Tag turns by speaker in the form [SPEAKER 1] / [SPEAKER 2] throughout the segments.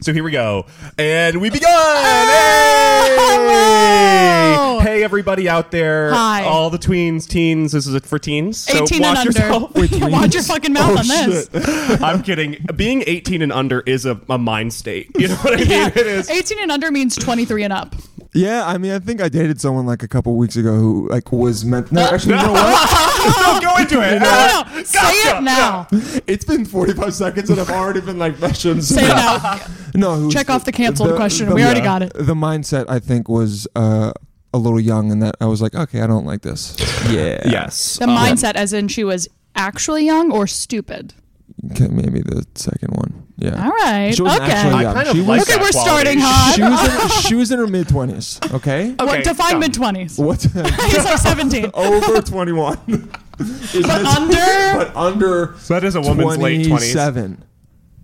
[SPEAKER 1] So here we go. And we begun! Hey!
[SPEAKER 2] hello!
[SPEAKER 1] Hey, everybody out there.
[SPEAKER 2] Hi.
[SPEAKER 1] All the tweens, teens. This is for teens. So
[SPEAKER 2] 18
[SPEAKER 1] watch
[SPEAKER 2] and under.
[SPEAKER 1] yourself.
[SPEAKER 2] watch your fucking mouth
[SPEAKER 1] Oh,
[SPEAKER 2] on this.
[SPEAKER 1] shit. I'm kidding. Being 18 and under is a, a mind state. You know what I mean?
[SPEAKER 2] Yeah.
[SPEAKER 1] It is.
[SPEAKER 2] 18 and under means 23 and up.
[SPEAKER 3] Yeah, I mean, I think I dated someone like a couple weeks ago who like was meant. No, actually, you know what?
[SPEAKER 1] Don't go into it.
[SPEAKER 2] No, no, say it now.
[SPEAKER 3] It's been 45 seconds and I've already been like, that shouldn't
[SPEAKER 2] Say it now.
[SPEAKER 3] No, who's
[SPEAKER 2] Check off the canceled question. We already got it.
[SPEAKER 3] The mindset, I think, was uh, a little young, and that I was like, okay, I don't like this. Yeah.
[SPEAKER 1] Yes.
[SPEAKER 2] The mindset, as in she was actually young or stupid.
[SPEAKER 3] Okay, maybe the second one. Yeah.
[SPEAKER 2] All right.
[SPEAKER 3] She wasn't
[SPEAKER 2] Okay.
[SPEAKER 3] actually
[SPEAKER 1] I
[SPEAKER 3] young.
[SPEAKER 1] kind of
[SPEAKER 3] she
[SPEAKER 1] like
[SPEAKER 3] was.
[SPEAKER 2] Okay,
[SPEAKER 1] that
[SPEAKER 2] we're
[SPEAKER 1] quality.
[SPEAKER 2] starting hot.
[SPEAKER 3] She was, in, she was in her mid 20s, okay?
[SPEAKER 1] Okay, Oh.
[SPEAKER 2] what, define
[SPEAKER 1] dumb.
[SPEAKER 2] mid 20s.
[SPEAKER 3] What?
[SPEAKER 2] He's like 17.
[SPEAKER 3] Over 21. It's
[SPEAKER 2] But
[SPEAKER 3] just-
[SPEAKER 2] under.
[SPEAKER 3] but under
[SPEAKER 1] That is a woman's late 20s.
[SPEAKER 3] 27.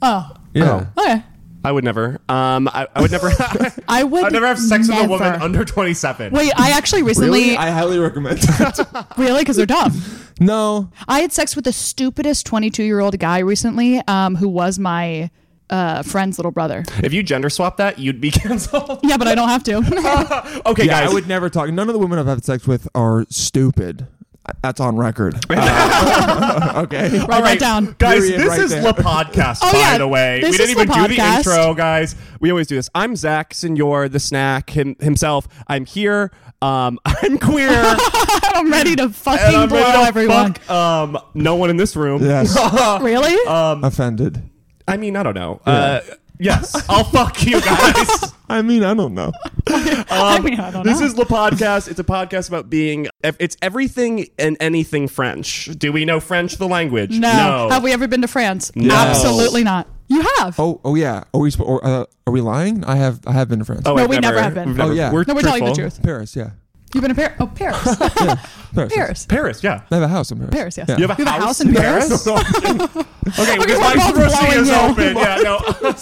[SPEAKER 2] Oh,
[SPEAKER 3] Yeah.
[SPEAKER 2] okay.
[SPEAKER 1] I would never. Um, I, I would never. I'd
[SPEAKER 2] I would
[SPEAKER 1] never have sex with a woman
[SPEAKER 2] never.
[SPEAKER 1] under 27.
[SPEAKER 2] Wait, I actually recently.
[SPEAKER 3] Really? I highly recommend that.
[SPEAKER 2] Really? Because they're dumb.
[SPEAKER 3] no.
[SPEAKER 2] I had sex with the stupidest 22 year old guy recently um, who was my uh, friend's little brother.
[SPEAKER 1] If you gender swap that, you'd be canceled.
[SPEAKER 2] Yeah, but I don't have to.
[SPEAKER 1] Okay,
[SPEAKER 3] yeah,
[SPEAKER 1] guys.
[SPEAKER 3] I would never talk. None of the women I've had sex with are stupid. That's on record. Uh, okay.
[SPEAKER 2] Write that down.
[SPEAKER 1] Guys,
[SPEAKER 3] Period
[SPEAKER 1] this
[SPEAKER 3] right
[SPEAKER 1] is
[SPEAKER 3] there.
[SPEAKER 1] the podcast,
[SPEAKER 2] Oh,
[SPEAKER 1] by
[SPEAKER 2] yeah.
[SPEAKER 1] the way.
[SPEAKER 2] This
[SPEAKER 1] we didn't
[SPEAKER 2] is
[SPEAKER 1] even
[SPEAKER 2] the
[SPEAKER 1] do the
[SPEAKER 2] podcast.
[SPEAKER 1] intro, guys. We always do this. I'm Zach Senor, the snack him, himself. I'm here. Um, I'm queer. and
[SPEAKER 2] I'm ready to fucking
[SPEAKER 1] I'm
[SPEAKER 2] blow
[SPEAKER 1] ready to
[SPEAKER 2] everyone.
[SPEAKER 1] fuck, um, no one in this room.
[SPEAKER 3] Yes.
[SPEAKER 2] Really?
[SPEAKER 1] Uh, Um,
[SPEAKER 3] Offended.
[SPEAKER 1] I mean, I don't know. Uh, yes, I'll fuck you guys.
[SPEAKER 3] I mean, I don't know.
[SPEAKER 2] I mean, I don't
[SPEAKER 1] Um, This
[SPEAKER 2] know.
[SPEAKER 1] is the podcast. It's a podcast about being. It's everything and anything French. Do we know French, the language?
[SPEAKER 2] no. Have we ever been to France?
[SPEAKER 1] No.
[SPEAKER 2] Absolutely not. You have.
[SPEAKER 3] Oh, oh yeah. Are we sp- or, uh, are we lying? I have I have been to France.
[SPEAKER 1] Oh,
[SPEAKER 2] No,
[SPEAKER 1] I've
[SPEAKER 2] we never have been.
[SPEAKER 1] we've never-
[SPEAKER 3] Oh, yeah.
[SPEAKER 1] We're
[SPEAKER 2] no, we're telling you the
[SPEAKER 1] truthful.
[SPEAKER 2] truth.
[SPEAKER 3] Paris, yeah.
[SPEAKER 2] You've been in Paris. Oh, Paris.
[SPEAKER 3] Paris. yes.
[SPEAKER 2] Paris.
[SPEAKER 1] Paris, yeah.
[SPEAKER 3] I have a house in Paris.
[SPEAKER 2] Paris, yes.
[SPEAKER 3] Yeah.
[SPEAKER 1] You have a,
[SPEAKER 2] You have a
[SPEAKER 1] house,
[SPEAKER 2] house in Paris?
[SPEAKER 1] okay,
[SPEAKER 2] Look
[SPEAKER 1] because
[SPEAKER 2] at
[SPEAKER 1] my
[SPEAKER 2] we're both
[SPEAKER 1] throat
[SPEAKER 2] blowing
[SPEAKER 1] is
[SPEAKER 2] you.
[SPEAKER 1] open. Yeah,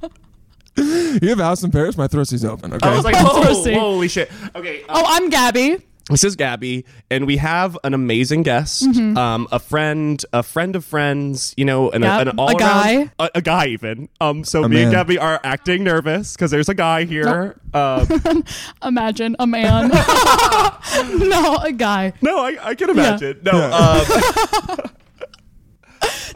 [SPEAKER 1] no.
[SPEAKER 3] You have a house in Paris. My throat is open. Okay.
[SPEAKER 1] Oh, I was like,
[SPEAKER 2] Both
[SPEAKER 1] whoa,
[SPEAKER 2] throaty.
[SPEAKER 1] holy shit. Okay, uh,
[SPEAKER 2] Oh, I'm Gabby.
[SPEAKER 1] this is Gabby, and we have an amazing guest,
[SPEAKER 2] Mm-hmm.
[SPEAKER 1] um, a friend, a friend of friends, you know, and
[SPEAKER 2] Yep,
[SPEAKER 1] a, an all
[SPEAKER 2] guy.
[SPEAKER 1] a, a guy even. Um, so me and
[SPEAKER 3] man.
[SPEAKER 1] Gabby are acting nervous because there's a guy here. Um,
[SPEAKER 2] Imagine a man. no, a guy.
[SPEAKER 1] No, I, I can imagine. No,
[SPEAKER 3] Yeah.
[SPEAKER 1] uh,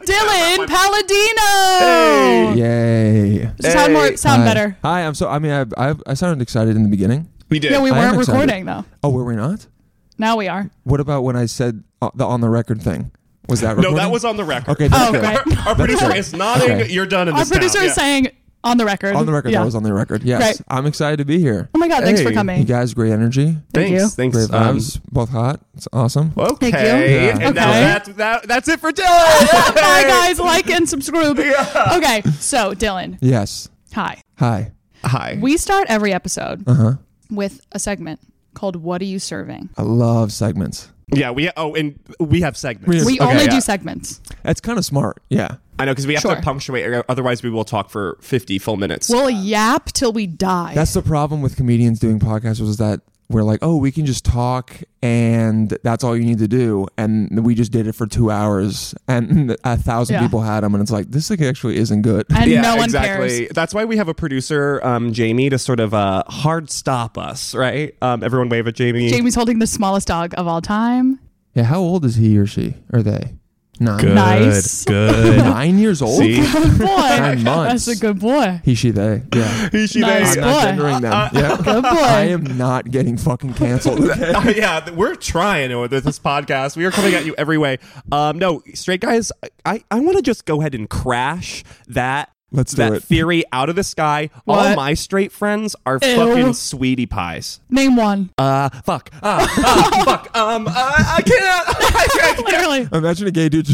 [SPEAKER 2] Dylan
[SPEAKER 1] oh.
[SPEAKER 2] Palladino.
[SPEAKER 3] Yay.
[SPEAKER 2] Sound
[SPEAKER 1] Hey.
[SPEAKER 2] more, sound
[SPEAKER 3] Hi.
[SPEAKER 2] better.
[SPEAKER 3] Hi, I'm so. I mean, I, I I sounded excited in the beginning.
[SPEAKER 1] we did.
[SPEAKER 2] Yeah, we
[SPEAKER 3] I am
[SPEAKER 2] weren't
[SPEAKER 3] excited.
[SPEAKER 2] recording though.
[SPEAKER 3] Oh, were we not?
[SPEAKER 2] Now we are.
[SPEAKER 3] What about when I said uh, the on the record thing? Was that
[SPEAKER 1] no,
[SPEAKER 3] recording?
[SPEAKER 1] that was on the record.
[SPEAKER 3] Okay, that's
[SPEAKER 2] Oh,
[SPEAKER 3] good.
[SPEAKER 2] great.
[SPEAKER 1] Our, our producer
[SPEAKER 3] good.
[SPEAKER 1] is nodding.
[SPEAKER 3] Okay.
[SPEAKER 1] You're done in
[SPEAKER 2] Our
[SPEAKER 1] this
[SPEAKER 2] producer
[SPEAKER 1] now.
[SPEAKER 2] is saying on the record.
[SPEAKER 3] On the record, that was on the record. Yes,
[SPEAKER 2] Great.
[SPEAKER 3] I'm excited to be here.
[SPEAKER 2] Oh my god! Thanks for
[SPEAKER 1] Hey.
[SPEAKER 2] coming.
[SPEAKER 3] You guys, great energy,
[SPEAKER 2] Thank
[SPEAKER 1] thanks,
[SPEAKER 2] you.
[SPEAKER 1] thanks.
[SPEAKER 3] great
[SPEAKER 1] um,
[SPEAKER 3] vibes, both hot. It's awesome.
[SPEAKER 1] Okay,
[SPEAKER 2] Thank you.
[SPEAKER 3] Um, Yeah.
[SPEAKER 1] and now
[SPEAKER 2] Okay. Oh
[SPEAKER 1] that's that, that's it for Dylan.
[SPEAKER 2] Bye guys, like and subscribe. Okay, so Dylan,
[SPEAKER 3] Yes.
[SPEAKER 2] hi.
[SPEAKER 3] Hi.
[SPEAKER 1] Hi.
[SPEAKER 2] We start every episode
[SPEAKER 3] Uh huh.
[SPEAKER 2] with a segment called "What Are You Serving."
[SPEAKER 3] I love segments.
[SPEAKER 1] yeah, we oh, and we have segments.
[SPEAKER 3] We have-
[SPEAKER 2] We
[SPEAKER 3] Okay,
[SPEAKER 2] only
[SPEAKER 1] yeah.
[SPEAKER 2] do segments.
[SPEAKER 3] That's kind of smart. Yeah.
[SPEAKER 1] I know because we have
[SPEAKER 2] Sure.
[SPEAKER 1] to punctuate, or otherwise we will talk for fifty full minutes.
[SPEAKER 2] We'll yap till we die.
[SPEAKER 3] That's the problem with comedians doing podcasts was that we're like, oh, we can just talk and that's all you need to do, and we just did it for two hours, and a thousand
[SPEAKER 2] Yeah.
[SPEAKER 3] people had them, and it's like this thing actually isn't good.
[SPEAKER 2] and
[SPEAKER 1] yeah,
[SPEAKER 2] no one
[SPEAKER 1] exactly.
[SPEAKER 2] cares.
[SPEAKER 1] That's why we have a producer, um, Jamie, to sort of uh, hard stop us, right? Um, everyone wave at Jamie.
[SPEAKER 2] Jamie's holding the smallest dog of all time.
[SPEAKER 3] Yeah. How old is he or she? Or they? Nine.
[SPEAKER 2] Nice.
[SPEAKER 1] Good.
[SPEAKER 3] Nine years old.
[SPEAKER 1] See?
[SPEAKER 2] Good boy.
[SPEAKER 3] Nine months.
[SPEAKER 2] That's a good boy.
[SPEAKER 3] He, she, they. Yeah.
[SPEAKER 1] He, she,
[SPEAKER 2] Nice.
[SPEAKER 1] they.
[SPEAKER 3] I'm not
[SPEAKER 2] boy.
[SPEAKER 3] gendering them. yeah.
[SPEAKER 2] Good boy.
[SPEAKER 3] I am not getting fucking canceled. okay?
[SPEAKER 1] Uh, yeah, th- we're trying with this podcast. We are coming at you every way. Um, no, straight guys, I, I want to just go ahead and crash that
[SPEAKER 3] Let's do
[SPEAKER 1] that
[SPEAKER 3] it.
[SPEAKER 1] theory out of the sky. All
[SPEAKER 2] What?
[SPEAKER 1] my straight friends are
[SPEAKER 2] Ew.
[SPEAKER 1] fucking sweetie pies.
[SPEAKER 2] Name one.
[SPEAKER 1] Uh, fuck. Uh, uh, fuck. Um, I, I can't. I can't.
[SPEAKER 2] Literally.
[SPEAKER 3] Imagine a gay dude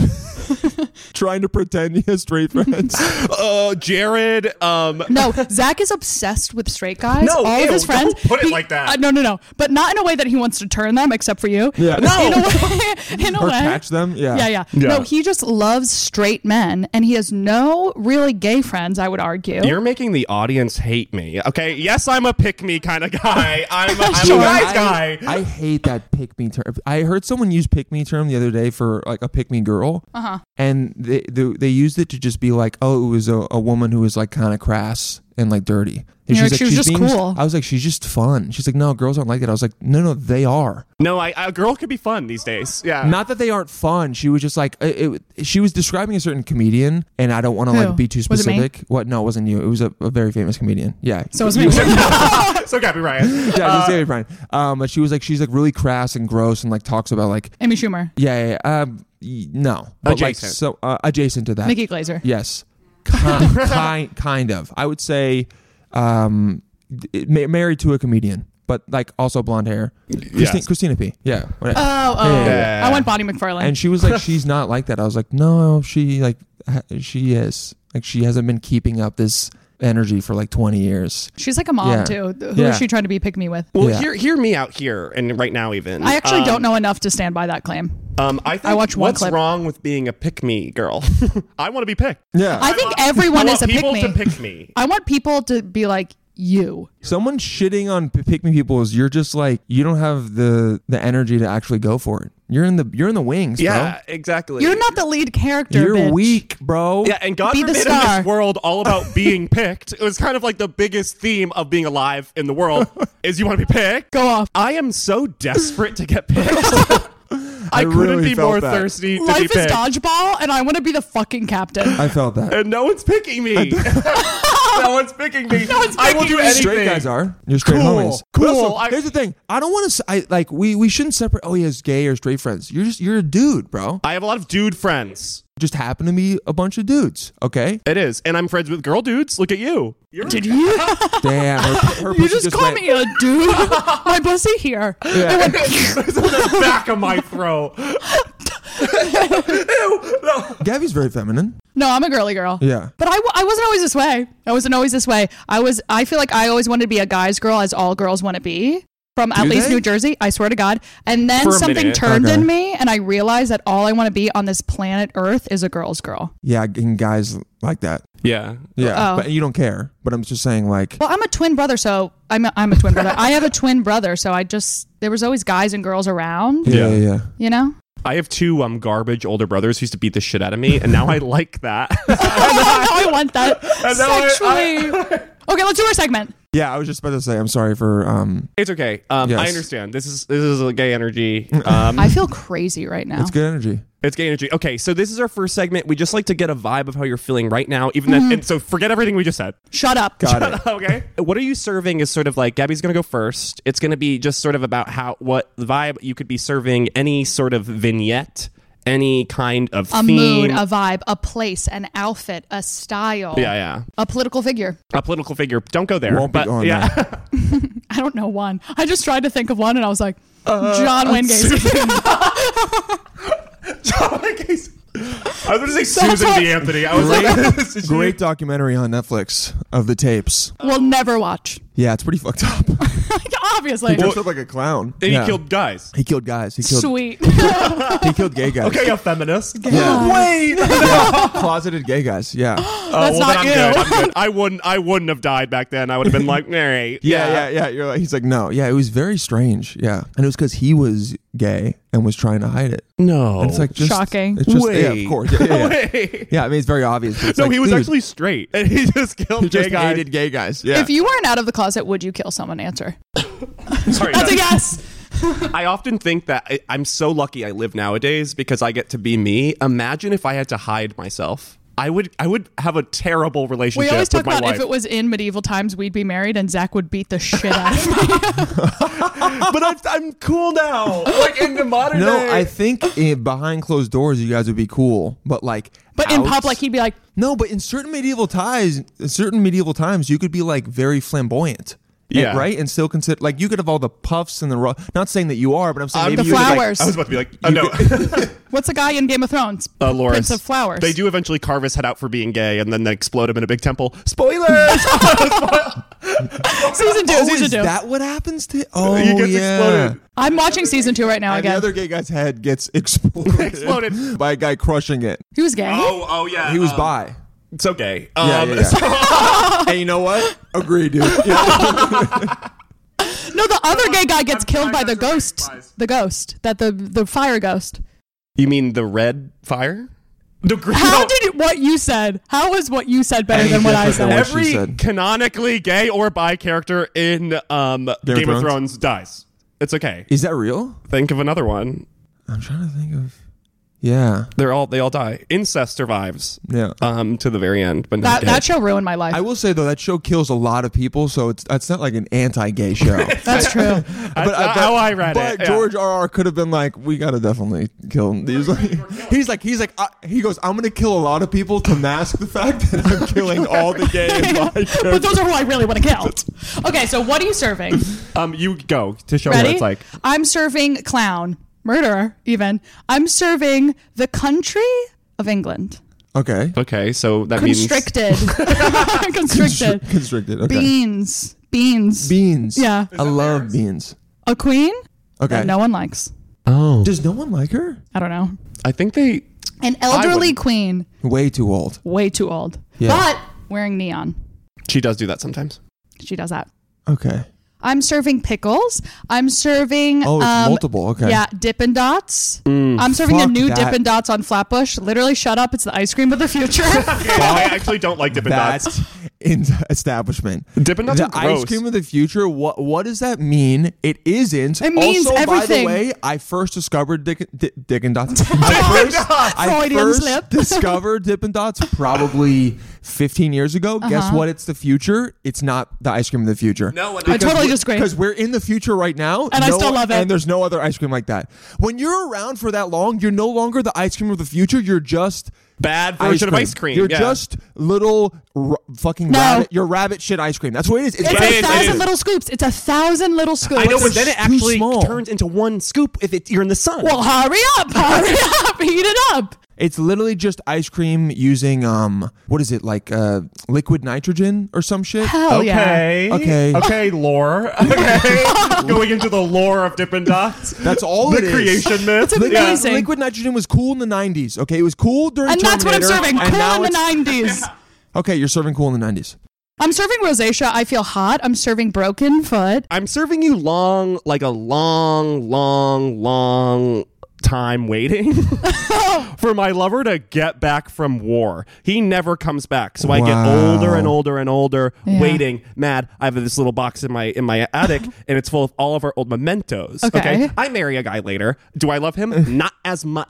[SPEAKER 3] trying to pretend he has straight friends.
[SPEAKER 1] Uh, Jared. Um,
[SPEAKER 2] No, Zach is obsessed with straight guys.
[SPEAKER 1] No,
[SPEAKER 2] all
[SPEAKER 1] ew,
[SPEAKER 2] of his friends.
[SPEAKER 1] don't put it like that.
[SPEAKER 2] Uh, no, no, no. But not in a way that he wants to turn them, except for you.
[SPEAKER 3] Yeah.
[SPEAKER 1] No.
[SPEAKER 2] In a way. In a
[SPEAKER 3] Or
[SPEAKER 2] way.
[SPEAKER 3] catch them. Yeah.
[SPEAKER 2] Yeah, yeah,
[SPEAKER 1] Yeah.
[SPEAKER 2] No, he just loves straight men, and he has no really gay friends. I would argue.
[SPEAKER 1] You're making the audience hate me. Okay. Yes, I'm a pick me kind of guy. I'm, a, I'm
[SPEAKER 2] Sure.
[SPEAKER 1] a nice
[SPEAKER 3] I-
[SPEAKER 1] guy.
[SPEAKER 3] I, hate that pick me term. I heard someone use pick me term the other day for like a pick me girl. Uh-huh. And they, they they used it to just be like, oh, it was a, a woman who was like kind of crass and like dirty. And
[SPEAKER 2] Yeah, she was
[SPEAKER 3] "She's
[SPEAKER 2] just
[SPEAKER 3] being-
[SPEAKER 2] cool."
[SPEAKER 3] I was like, she's just fun. She's like, no, girls aren't like that. I was like, no, no, they are.
[SPEAKER 1] No, I, a girl could be fun these days. Yeah.
[SPEAKER 3] Not that they aren't fun. She was just like uh, it, it- she was describing a certain comedian, and I don't want to
[SPEAKER 2] Who?
[SPEAKER 3] like be too
[SPEAKER 2] Was it me?
[SPEAKER 3] specific. What? No, it wasn't you. It was a, a very famous comedian. Yeah.
[SPEAKER 2] So it was me.
[SPEAKER 1] so Gabby Ryan.
[SPEAKER 3] yeah, just David Bryan. Um, but she was like, she's like really crass and gross, and like talks about like,
[SPEAKER 2] Amy Schumer,
[SPEAKER 3] yeah, yeah, yeah, um, y- no, but like
[SPEAKER 1] Adjacent.
[SPEAKER 3] so uh, adjacent to that.
[SPEAKER 2] Nikki Glazer.
[SPEAKER 3] Yes, kind, kind, kind of. I would say, um, d- ma- married to a comedian, but like also blonde hair. Christi- Christina P. Yeah. whatever.
[SPEAKER 2] Oh, oh.
[SPEAKER 1] Yeah.
[SPEAKER 2] I want Bonnie McFarlane.
[SPEAKER 3] and she was like, she's not like that. I was like, no, she like ha- she is like she hasn't been keeping up this energy for like twenty years.
[SPEAKER 2] She's like a mom
[SPEAKER 3] Yeah.
[SPEAKER 2] too. Who is
[SPEAKER 3] Yeah.
[SPEAKER 2] she trying to be pick me with?
[SPEAKER 1] Well,
[SPEAKER 3] Yeah.
[SPEAKER 1] hear hear me out here and right now even.
[SPEAKER 2] I actually
[SPEAKER 1] Um,
[SPEAKER 2] don't know enough to stand by that claim.
[SPEAKER 1] Um, I think
[SPEAKER 2] I watched one
[SPEAKER 1] what's
[SPEAKER 2] clip.
[SPEAKER 1] wrong with being a pick me girl? I want to be picked.
[SPEAKER 3] Yeah.
[SPEAKER 2] I think
[SPEAKER 1] want-
[SPEAKER 2] everyone
[SPEAKER 1] I
[SPEAKER 2] is
[SPEAKER 1] want
[SPEAKER 2] a pick
[SPEAKER 1] people
[SPEAKER 2] me.
[SPEAKER 1] to pick me.
[SPEAKER 2] I want people to be like you.
[SPEAKER 3] Someone shitting on p- pick me people is you're just like you don't have the the energy to actually go for it. You're in the you're in the wings,
[SPEAKER 1] Yeah, exactly.
[SPEAKER 2] You're not the lead character.
[SPEAKER 3] bro. You're
[SPEAKER 2] bitch.
[SPEAKER 3] weak, bro.
[SPEAKER 1] Yeah, and God
[SPEAKER 2] Be the
[SPEAKER 1] forbid in
[SPEAKER 2] star.
[SPEAKER 1] this world all about being picked. It was kind of like the biggest theme of being alive in the world is you want to be picked.
[SPEAKER 2] Go off.
[SPEAKER 1] I am so desperate to get picked. I, couldn't
[SPEAKER 3] really
[SPEAKER 1] be
[SPEAKER 3] felt
[SPEAKER 1] more
[SPEAKER 3] that.
[SPEAKER 1] thirsty to be
[SPEAKER 2] Life
[SPEAKER 1] picked.
[SPEAKER 2] is dodgeball, and I want to be the fucking captain.
[SPEAKER 3] I felt that.
[SPEAKER 1] and no one's picking me. no one's picking me.
[SPEAKER 2] one's
[SPEAKER 1] I will
[SPEAKER 2] picking
[SPEAKER 1] do
[SPEAKER 2] me.
[SPEAKER 1] anything.
[SPEAKER 3] Straight guys are. You're straight
[SPEAKER 1] Cool.
[SPEAKER 3] homies.
[SPEAKER 1] Cool.
[SPEAKER 3] Also,
[SPEAKER 1] I-
[SPEAKER 3] here's the thing. I don't want to. I like we we shouldn't separate. Oh, he has gay or straight friends. You're just you're a dude, bro.
[SPEAKER 1] I have a lot of dude friends.
[SPEAKER 3] Just happen to be a bunch of dudes. Okay.
[SPEAKER 1] It is, and I'm friends with girl dudes. Look at you. You're
[SPEAKER 2] Did you?
[SPEAKER 3] Damn. Her, her
[SPEAKER 2] you
[SPEAKER 3] pussy
[SPEAKER 2] just, call
[SPEAKER 3] went-
[SPEAKER 2] me a dude. My pussy here.
[SPEAKER 3] Yeah.
[SPEAKER 1] the back of my throat. Ew. No.
[SPEAKER 3] Gabby's very feminine.
[SPEAKER 2] No, I'm a girly girl.
[SPEAKER 3] Yeah.
[SPEAKER 2] But I, w- I wasn't always this way. I wasn't always this way. I was. I feel like I always wanted to be a guy's girl, as all girls want to be. From at
[SPEAKER 3] Do
[SPEAKER 2] least
[SPEAKER 3] they?
[SPEAKER 2] New Jersey, I swear to God. And then
[SPEAKER 1] For a
[SPEAKER 2] something
[SPEAKER 1] minute.
[SPEAKER 2] turned
[SPEAKER 3] Okay.
[SPEAKER 2] in me, and I realized that all I want to be on this planet Earth is a girl's girl.
[SPEAKER 3] Yeah, and guys like that.
[SPEAKER 1] Yeah.
[SPEAKER 3] Yeah,
[SPEAKER 2] Oh.
[SPEAKER 3] but you don't care. But I'm just saying, like,
[SPEAKER 2] Well, I'm a twin brother, so I'm a, I'm a twin brother. I have a twin brother, so I just there was always guys and girls around.
[SPEAKER 1] Yeah.
[SPEAKER 3] yeah, yeah. yeah.
[SPEAKER 2] You know,
[SPEAKER 1] I have two um garbage older brothers who used to beat the shit out of me, and now I like that.
[SPEAKER 2] I want that
[SPEAKER 1] now I-
[SPEAKER 2] sexually. okay, let's do our segment.
[SPEAKER 3] Yeah, I was just about to say, I'm sorry for um.
[SPEAKER 1] it's okay. Um, I
[SPEAKER 3] Yes.
[SPEAKER 1] understand. This is this is a gay energy. Um,
[SPEAKER 2] I feel crazy right now.
[SPEAKER 3] It's good energy.
[SPEAKER 1] it's gay energy. Okay, so this is our first segment. We just like to get a vibe of how you're feeling right now. Even that, and so forget everything we just said.
[SPEAKER 2] Shut up.
[SPEAKER 3] Mm-hmm. Got it.
[SPEAKER 1] okay. What are you serving is sort of like Gabby's going to go first. It's going to be just sort of about how what vibe you could be serving any sort of vignette, any kind of
[SPEAKER 2] A
[SPEAKER 1] theme.
[SPEAKER 2] mood, a vibe, a place, an outfit, a style.
[SPEAKER 1] yeah, yeah.
[SPEAKER 2] A political figure.
[SPEAKER 1] A political figure. Don't go there.
[SPEAKER 3] Won't be
[SPEAKER 1] but,
[SPEAKER 3] going
[SPEAKER 1] yeah.
[SPEAKER 3] there.
[SPEAKER 2] I don't know one. I just tried to think of one, and I was like,
[SPEAKER 3] Uh,
[SPEAKER 2] John Wayne Gacy.
[SPEAKER 1] John Wayne Gacy. I was going to say Susan
[SPEAKER 2] what-
[SPEAKER 1] B. Anthony. I was like, this is-
[SPEAKER 3] Great documentary on Netflix of the tapes.
[SPEAKER 2] we'll never watch.
[SPEAKER 3] Yeah, it's pretty fucked up.
[SPEAKER 2] Like, obviously,
[SPEAKER 3] Dressed up like a clown.
[SPEAKER 1] And
[SPEAKER 3] yeah.
[SPEAKER 1] he killed guys.
[SPEAKER 3] He killed guys. He killed.
[SPEAKER 2] sweet.
[SPEAKER 3] He killed gay guys.
[SPEAKER 1] Okay, a feminist.
[SPEAKER 3] Yeah.
[SPEAKER 1] Wait.
[SPEAKER 3] Yeah. Closeted gay guys. Yeah.
[SPEAKER 2] That's not you.
[SPEAKER 1] Oh, I'm good. I'm good. I wouldn't. I wouldn't have died back then. I would have been like, all right.
[SPEAKER 3] Yeah, yeah, yeah. You're like, he's like, no. Yeah, it was very strange. Yeah, and it was because he was gay and was trying to hide it.
[SPEAKER 1] No.
[SPEAKER 3] It's like just
[SPEAKER 2] Shocking.
[SPEAKER 3] It's just, yeah,
[SPEAKER 1] Wait.
[SPEAKER 3] of course. Yeah, yeah, yeah.
[SPEAKER 1] Wait.
[SPEAKER 3] Yeah, I mean, it's very obvious. but it's
[SPEAKER 1] No,
[SPEAKER 3] like,
[SPEAKER 1] he was
[SPEAKER 3] dude,
[SPEAKER 1] actually straight, and he just killed
[SPEAKER 3] he just
[SPEAKER 1] gay guys.
[SPEAKER 3] hated gay guys. Yeah.
[SPEAKER 2] If you weren't out of the closet, would you kill someone? Answer.
[SPEAKER 1] Sorry,
[SPEAKER 2] That's a
[SPEAKER 1] guys.
[SPEAKER 2] yes.
[SPEAKER 1] I often think that I, I'm so lucky I live nowadays because I get to be me. Imagine if I had to hide myself. I would. I would have a terrible relationship
[SPEAKER 2] We always talk
[SPEAKER 1] with my
[SPEAKER 2] about
[SPEAKER 1] wife.
[SPEAKER 2] if it was in medieval times, we'd be married, and Zach would beat the shit out of me.
[SPEAKER 1] but I'm, I'm cool now. Like in the modern
[SPEAKER 3] no,
[SPEAKER 1] day.
[SPEAKER 3] I think in, behind closed doors, you guys would be cool, but like,
[SPEAKER 2] But in
[SPEAKER 3] out-
[SPEAKER 2] public, he'd be like,
[SPEAKER 3] No, but in certain medieval times, certain medieval times, you could be like very flamboyant. and-
[SPEAKER 1] Yeah.
[SPEAKER 3] right, and still consider like you could have all the puffs and the ro- not saying that you are, but I'm saying
[SPEAKER 1] I'm
[SPEAKER 3] maybe
[SPEAKER 2] the
[SPEAKER 3] you would, like,
[SPEAKER 2] flowers.
[SPEAKER 1] I was about to be like, oh, no,
[SPEAKER 2] "What's the guy in Game of Thrones?
[SPEAKER 1] uh, Loris.
[SPEAKER 2] Prince of Flowers."
[SPEAKER 1] They do eventually carve his head out for being gay, and then they explode him in a big temple. Spoilers!
[SPEAKER 2] season two.
[SPEAKER 3] Oh,
[SPEAKER 2] season
[SPEAKER 3] is
[SPEAKER 2] two.
[SPEAKER 3] that what happens to? Oh,
[SPEAKER 1] he gets
[SPEAKER 3] yeah.
[SPEAKER 1] exploded.
[SPEAKER 2] I'm watching season two right now
[SPEAKER 3] And the
[SPEAKER 2] again.
[SPEAKER 3] other gay guy's head gets exploded,
[SPEAKER 1] Exploded.
[SPEAKER 3] by a guy crushing it.
[SPEAKER 2] he was gay.
[SPEAKER 1] Oh, oh yeah.
[SPEAKER 3] He was
[SPEAKER 1] um,
[SPEAKER 3] by.
[SPEAKER 1] So gay.
[SPEAKER 3] Yeah,
[SPEAKER 1] Um,
[SPEAKER 3] yeah, yeah. and you know what? Agree, dude.
[SPEAKER 2] No, the other gay guy gets
[SPEAKER 1] I'm
[SPEAKER 2] killed by
[SPEAKER 1] trying
[SPEAKER 2] the
[SPEAKER 1] not to raise
[SPEAKER 2] ghost.
[SPEAKER 1] eyes.
[SPEAKER 2] The ghost that the the fire ghost.
[SPEAKER 1] You mean the red fire? The gr-
[SPEAKER 2] How
[SPEAKER 1] no,
[SPEAKER 2] did you, what you said? How is what you said better
[SPEAKER 3] Any
[SPEAKER 2] than what I
[SPEAKER 3] different
[SPEAKER 2] said?
[SPEAKER 3] than what she
[SPEAKER 1] every
[SPEAKER 3] said.
[SPEAKER 1] canonically gay or bi character in um, Game, of, Thrones? dies? It's okay.
[SPEAKER 3] Is that real?
[SPEAKER 1] Think of another one.
[SPEAKER 3] I'm trying to think of. Yeah.
[SPEAKER 1] They're all they all die. Incest survives
[SPEAKER 3] Yeah.
[SPEAKER 1] um, to the very end, but not
[SPEAKER 2] That
[SPEAKER 1] gay.
[SPEAKER 2] that show ruined my life.
[SPEAKER 3] I will say though that show kills a lot of people, so it's that's not like an anti-gay show.
[SPEAKER 2] That's true.
[SPEAKER 3] But,
[SPEAKER 1] That's not how I read it,
[SPEAKER 3] but
[SPEAKER 1] yeah.
[SPEAKER 3] George R. R. could have been like, "We gotta definitely kill him." He's like, he's like, he's like, I, he goes, "I'm gonna kill a lot of people to mask the fact that I'm killing all the gay and bi
[SPEAKER 2] but those are who I really want to kill. Okay, so what are you serving?
[SPEAKER 1] um, you go to show what
[SPEAKER 2] Ready?
[SPEAKER 1] it's like.
[SPEAKER 2] I'm serving clown, murderer, even. I'm serving the country of England.
[SPEAKER 3] Okay,
[SPEAKER 1] Okay, so that means
[SPEAKER 2] Constricted. Constricted.
[SPEAKER 3] constricted. Okay,
[SPEAKER 2] Beans. Beans.
[SPEAKER 3] beans.
[SPEAKER 2] Yeah.
[SPEAKER 3] I love beans.
[SPEAKER 2] A queen
[SPEAKER 3] Okay,
[SPEAKER 2] that no one likes.
[SPEAKER 1] oh,
[SPEAKER 3] does no one like her?
[SPEAKER 2] I don't know.
[SPEAKER 1] I think they
[SPEAKER 2] An
[SPEAKER 1] I
[SPEAKER 2] elderly
[SPEAKER 1] wouldn't.
[SPEAKER 2] queen,
[SPEAKER 3] Way too old.
[SPEAKER 2] way too old,
[SPEAKER 3] Yeah.
[SPEAKER 2] but wearing neon.
[SPEAKER 1] she does do that sometimes.
[SPEAKER 2] She does that.
[SPEAKER 3] Okay,
[SPEAKER 2] I'm serving pickles. I'm serving.
[SPEAKER 3] Oh, it's
[SPEAKER 2] um,
[SPEAKER 3] multiple, okay. Mm.
[SPEAKER 2] Yeah, Dippin' Dots. I'm serving
[SPEAKER 3] Fuck
[SPEAKER 2] the new
[SPEAKER 3] that.
[SPEAKER 2] Dippin' Dots on Flatbush. Literally, shut up. It's the ice cream of the future.
[SPEAKER 1] I actually don't like Dippin'
[SPEAKER 3] that in establishment.
[SPEAKER 1] Dippin' Dots
[SPEAKER 3] the
[SPEAKER 1] are gross.
[SPEAKER 3] ice cream of the future. What what does that mean? It isn't.
[SPEAKER 2] It means
[SPEAKER 3] also,
[SPEAKER 2] everything.
[SPEAKER 3] By the way, I first discovered Dick, Dick, Dick and Dots. I first, I
[SPEAKER 2] Freudian
[SPEAKER 3] first
[SPEAKER 2] slip.
[SPEAKER 3] discovered Dippin' Dots probably 15 years ago. Guess
[SPEAKER 2] Uh-huh.
[SPEAKER 3] what? It's the future. It's not the ice cream of the future.
[SPEAKER 1] No, and I-
[SPEAKER 2] I totally disagree.
[SPEAKER 3] Because we're in the future right now,
[SPEAKER 2] And I
[SPEAKER 3] no-
[SPEAKER 2] still love it.
[SPEAKER 3] And there's no other ice cream like that. When you're around for that long, you're no longer the ice cream of the future. You're just
[SPEAKER 1] Bad version of ice cream.
[SPEAKER 3] you're
[SPEAKER 1] yeah.
[SPEAKER 3] just little r- fucking
[SPEAKER 2] No.
[SPEAKER 3] rabbit. Your rabbit shit ice cream. That's what it is. It's
[SPEAKER 2] It's
[SPEAKER 1] It
[SPEAKER 2] a
[SPEAKER 1] is, it
[SPEAKER 2] thousand
[SPEAKER 1] is.
[SPEAKER 2] little scoops. It's a thousand little scoops.
[SPEAKER 1] I know, but
[SPEAKER 3] they're
[SPEAKER 1] then it
[SPEAKER 3] too
[SPEAKER 1] actually
[SPEAKER 3] small.
[SPEAKER 1] turns into one scoop if it, you're in the sun.
[SPEAKER 2] Well, hurry up, hurry up, heat it up.
[SPEAKER 3] It's literally just ice cream using um what is it like uh liquid nitrogen or some shit.
[SPEAKER 2] Hell Oh, yeah.
[SPEAKER 3] Okay.
[SPEAKER 1] Oh, Okay, lore. Okay. Going into the lore of Dippin' Dots.
[SPEAKER 3] That's all
[SPEAKER 1] the
[SPEAKER 3] it is.
[SPEAKER 1] creation myth.
[SPEAKER 2] It's
[SPEAKER 3] Liquid,
[SPEAKER 2] amazing.
[SPEAKER 3] liquid nitrogen was cool in the '90s. Okay, it was cool during
[SPEAKER 2] And that's what I'm
[SPEAKER 3] Terminator,
[SPEAKER 2] serving.
[SPEAKER 3] and now
[SPEAKER 2] Cool in
[SPEAKER 3] it's-
[SPEAKER 2] the 90s.
[SPEAKER 3] Okay, you're serving cool in the '90s.
[SPEAKER 2] I'm serving rosacea. I feel hot. I'm serving broken foot.
[SPEAKER 1] I'm serving you long, like a long, long, long time waiting for my lover to get back from war. He never comes back. So I get
[SPEAKER 3] Wow.
[SPEAKER 1] older and older and older,
[SPEAKER 2] Yeah.
[SPEAKER 1] waiting, mad. I have this little box in my in my attic and it's full of all of our old mementos.
[SPEAKER 2] Okay.
[SPEAKER 1] I marry a guy later. Do I love him? Not as much.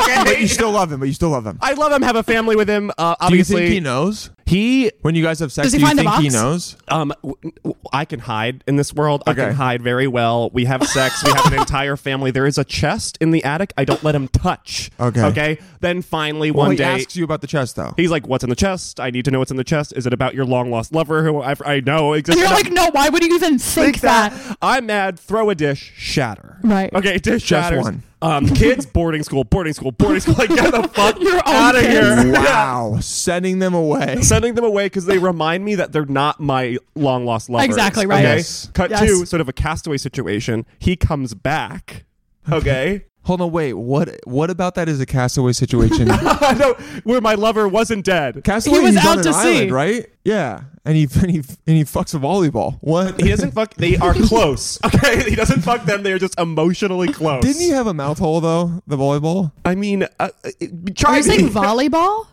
[SPEAKER 1] Okay?
[SPEAKER 3] But you still love him. But you still love him.
[SPEAKER 1] I love him, have a family with him. Uh,
[SPEAKER 3] Do you
[SPEAKER 1] obviously,
[SPEAKER 3] think he knows
[SPEAKER 1] he
[SPEAKER 3] when you guys have sex?
[SPEAKER 2] Does he
[SPEAKER 3] do you
[SPEAKER 2] find the
[SPEAKER 3] think he
[SPEAKER 2] box?
[SPEAKER 3] knows?
[SPEAKER 1] um w- w- i can hide in this world i
[SPEAKER 3] Okay.
[SPEAKER 1] can hide very well we have sex we have an entire family there is a chest in the attic i don't let him touch
[SPEAKER 3] Okay.
[SPEAKER 1] okay then finally
[SPEAKER 3] Well,
[SPEAKER 1] one
[SPEAKER 3] he
[SPEAKER 1] day
[SPEAKER 3] asks you about the chest though.
[SPEAKER 1] he's like what's in the chest i need to know what's in the chest is it about your long lost lover who i, I know exists
[SPEAKER 2] And you're
[SPEAKER 1] And I-
[SPEAKER 2] like, no, why would you even think that?
[SPEAKER 1] i'm mad throw a dish shatter
[SPEAKER 2] Right.
[SPEAKER 1] okay dish shatters
[SPEAKER 3] one.
[SPEAKER 1] um kids boarding school boarding school boarding school like get the fuck
[SPEAKER 2] Your own
[SPEAKER 1] out of
[SPEAKER 2] kids.
[SPEAKER 1] here
[SPEAKER 3] wow, sending them away.
[SPEAKER 1] sending them away because they remind me that they're not my long lost lovers.
[SPEAKER 2] Exactly, right.
[SPEAKER 1] Okay?
[SPEAKER 3] Yes.
[SPEAKER 1] Cut
[SPEAKER 2] Yes.
[SPEAKER 1] two, sort of a castaway situation. He comes back. Okay,
[SPEAKER 3] Hold on, wait. What? What about that is a castaway situation?
[SPEAKER 1] I know where my lover wasn't dead.
[SPEAKER 3] Castaway.
[SPEAKER 2] He was
[SPEAKER 3] he's
[SPEAKER 2] out
[SPEAKER 3] on an
[SPEAKER 2] to sea.
[SPEAKER 3] island, right? Yeah, and he and he and he fucks a volleyball. What?
[SPEAKER 1] He doesn't fuck. They are close. Okay, he doesn't fuck them. They are just emotionally close.
[SPEAKER 3] Didn't he have a mouth hole though? The volleyball.
[SPEAKER 1] I mean, uh, uh, it-
[SPEAKER 2] Are
[SPEAKER 1] try
[SPEAKER 2] you saying
[SPEAKER 1] me.
[SPEAKER 2] volleyball?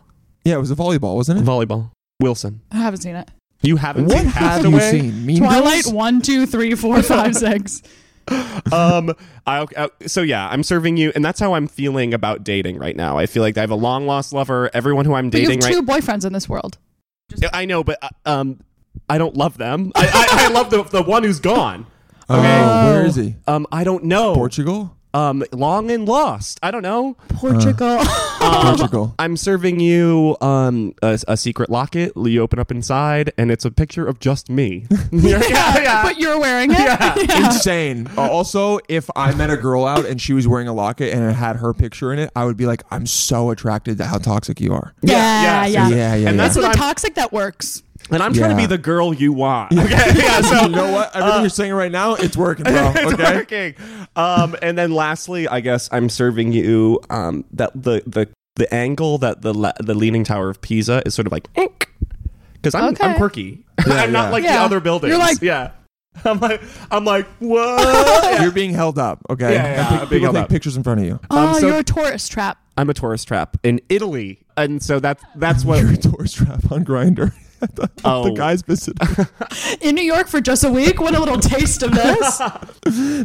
[SPEAKER 3] Yeah, it was a volleyball, wasn't it?
[SPEAKER 1] volleyball. Wilson,
[SPEAKER 2] I haven't seen it.
[SPEAKER 1] you haven't
[SPEAKER 3] what
[SPEAKER 1] seen
[SPEAKER 3] have
[SPEAKER 1] Castaway.
[SPEAKER 3] you seen? Mean
[SPEAKER 2] Twilight
[SPEAKER 3] Girls?
[SPEAKER 2] one, two, three, four, five, six.
[SPEAKER 1] um I, uh, so yeah i'm serving you and that's how i'm feeling about dating right now i feel like i have a long lost lover everyone who i'm
[SPEAKER 2] But you
[SPEAKER 1] dating
[SPEAKER 2] have
[SPEAKER 1] right
[SPEAKER 2] two boyfriends in this world.
[SPEAKER 1] Yeah, I know, but uh, um, I don't love them. I, I, I love the the one who's gone.
[SPEAKER 3] Oh, where is he?
[SPEAKER 1] Um, I don't know.
[SPEAKER 3] Portugal.
[SPEAKER 1] Um, long and lost. I don't know.
[SPEAKER 2] Portugal. Uh.
[SPEAKER 3] Portugal.
[SPEAKER 1] I'm serving you um a, a secret locket. You open up inside, and it's a picture of just me. yeah, yeah, yeah.
[SPEAKER 2] But you're wearing it.
[SPEAKER 3] Insane. Uh, also, if I met a girl out and she was wearing a locket and it had her picture in it, I would be like, I'm so attracted to how toxic you are.
[SPEAKER 1] Yeah,
[SPEAKER 2] Yeah,
[SPEAKER 1] yeah.
[SPEAKER 2] yeah.
[SPEAKER 3] Yeah, yeah,
[SPEAKER 1] And
[SPEAKER 3] yeah.
[SPEAKER 1] that's
[SPEAKER 2] So
[SPEAKER 1] what
[SPEAKER 2] the
[SPEAKER 1] I'm.
[SPEAKER 2] toxic that works.
[SPEAKER 1] and I'm trying to be
[SPEAKER 3] Yeah.
[SPEAKER 1] the girl you want. Okay. Yeah. So
[SPEAKER 3] you know what? Everything you're saying right now, it's working, bro.
[SPEAKER 1] Uh, it's
[SPEAKER 3] okay.
[SPEAKER 1] working. Um, and then lastly, I guess I'm serving you um, that the the the angle that the le- the leaning tower of Pisa is sort of like because I'm I'm
[SPEAKER 2] Okay.
[SPEAKER 1] quirky. I'm not
[SPEAKER 3] yeah.
[SPEAKER 1] like the
[SPEAKER 2] Yeah.
[SPEAKER 1] other buildings.
[SPEAKER 2] You're like-
[SPEAKER 1] yeah. I'm like I'm like what?
[SPEAKER 3] You're being held up, okay?
[SPEAKER 1] Yeah, yeah,
[SPEAKER 3] And
[SPEAKER 1] yeah,
[SPEAKER 3] pe-
[SPEAKER 1] I'm being held
[SPEAKER 3] people take
[SPEAKER 1] up.
[SPEAKER 3] pictures in front of you.
[SPEAKER 2] Oh,
[SPEAKER 1] so-
[SPEAKER 2] you're a tourist trap.
[SPEAKER 1] I'm a tourist trap in Italy, and so that's that's what
[SPEAKER 3] You're a tourist trap on Grinder. the
[SPEAKER 1] Oh.
[SPEAKER 3] guys visit.
[SPEAKER 2] in New York for just a week. What a little taste of this.
[SPEAKER 3] and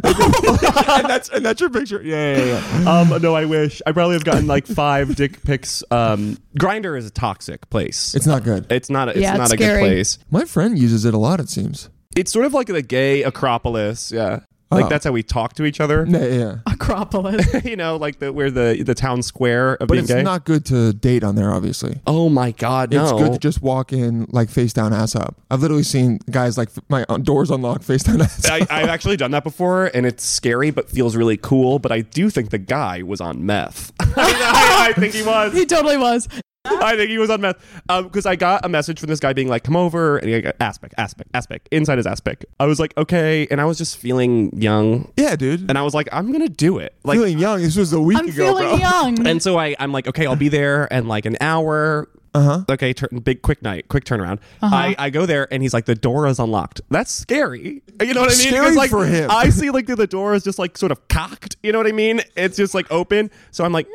[SPEAKER 3] that's and that's your picture. Yeah, yeah, yeah.
[SPEAKER 1] um, no, I wish. I probably have gotten like five dick pics. Um, Grinder is a toxic place. It's,
[SPEAKER 3] It's not good.
[SPEAKER 1] not. A, it's
[SPEAKER 2] Yeah,
[SPEAKER 1] not
[SPEAKER 2] it's
[SPEAKER 1] a
[SPEAKER 2] scary.
[SPEAKER 1] good place.
[SPEAKER 3] My friend uses it a lot. It seems.
[SPEAKER 1] It's sort of like the gay Acropolis. Yeah, like
[SPEAKER 3] Oh.
[SPEAKER 1] that's how we talk to each other.
[SPEAKER 3] Yeah, yeah.
[SPEAKER 2] Acropolis.
[SPEAKER 1] you know, like the where the the town square of
[SPEAKER 3] But
[SPEAKER 1] being
[SPEAKER 3] it's
[SPEAKER 1] gay.
[SPEAKER 3] not good to date on there. Obviously,
[SPEAKER 1] oh my god, no.
[SPEAKER 3] it's good to just walk in like face down, ass up. I've literally seen guys like f- my uh, doors unlocked, face down, ass up.
[SPEAKER 1] I, I've actually done that before, and it's scary, but feels really cool. But I do think the guy was on meth. I, I think he was.
[SPEAKER 2] he totally was.
[SPEAKER 1] I think he was on meth because I got a message from this guy being like, "Come over," and he got aspic, aspic, aspic inside his aspic. I was like, "Okay," and I was just feeling young,
[SPEAKER 3] Yeah, dude.
[SPEAKER 1] and I was like, "I'm gonna do it." Like,
[SPEAKER 3] feeling young. This was a week
[SPEAKER 2] I'm
[SPEAKER 3] ago,
[SPEAKER 2] feeling
[SPEAKER 3] bro.
[SPEAKER 2] young.
[SPEAKER 1] and so I, I'm like, "Okay, I'll be there," and like an hour.
[SPEAKER 3] Uh huh.
[SPEAKER 1] Okay, tur- big quick night, quick turnaround.
[SPEAKER 3] Uh-huh.
[SPEAKER 1] I, I go there and he's like, the door is unlocked. That's scary. You know what I mean? 'Cause,
[SPEAKER 3] Scary
[SPEAKER 1] like,
[SPEAKER 3] for him.
[SPEAKER 1] I see like the door is just like sort of cocked. You know what I mean? It's just like open. So I'm like,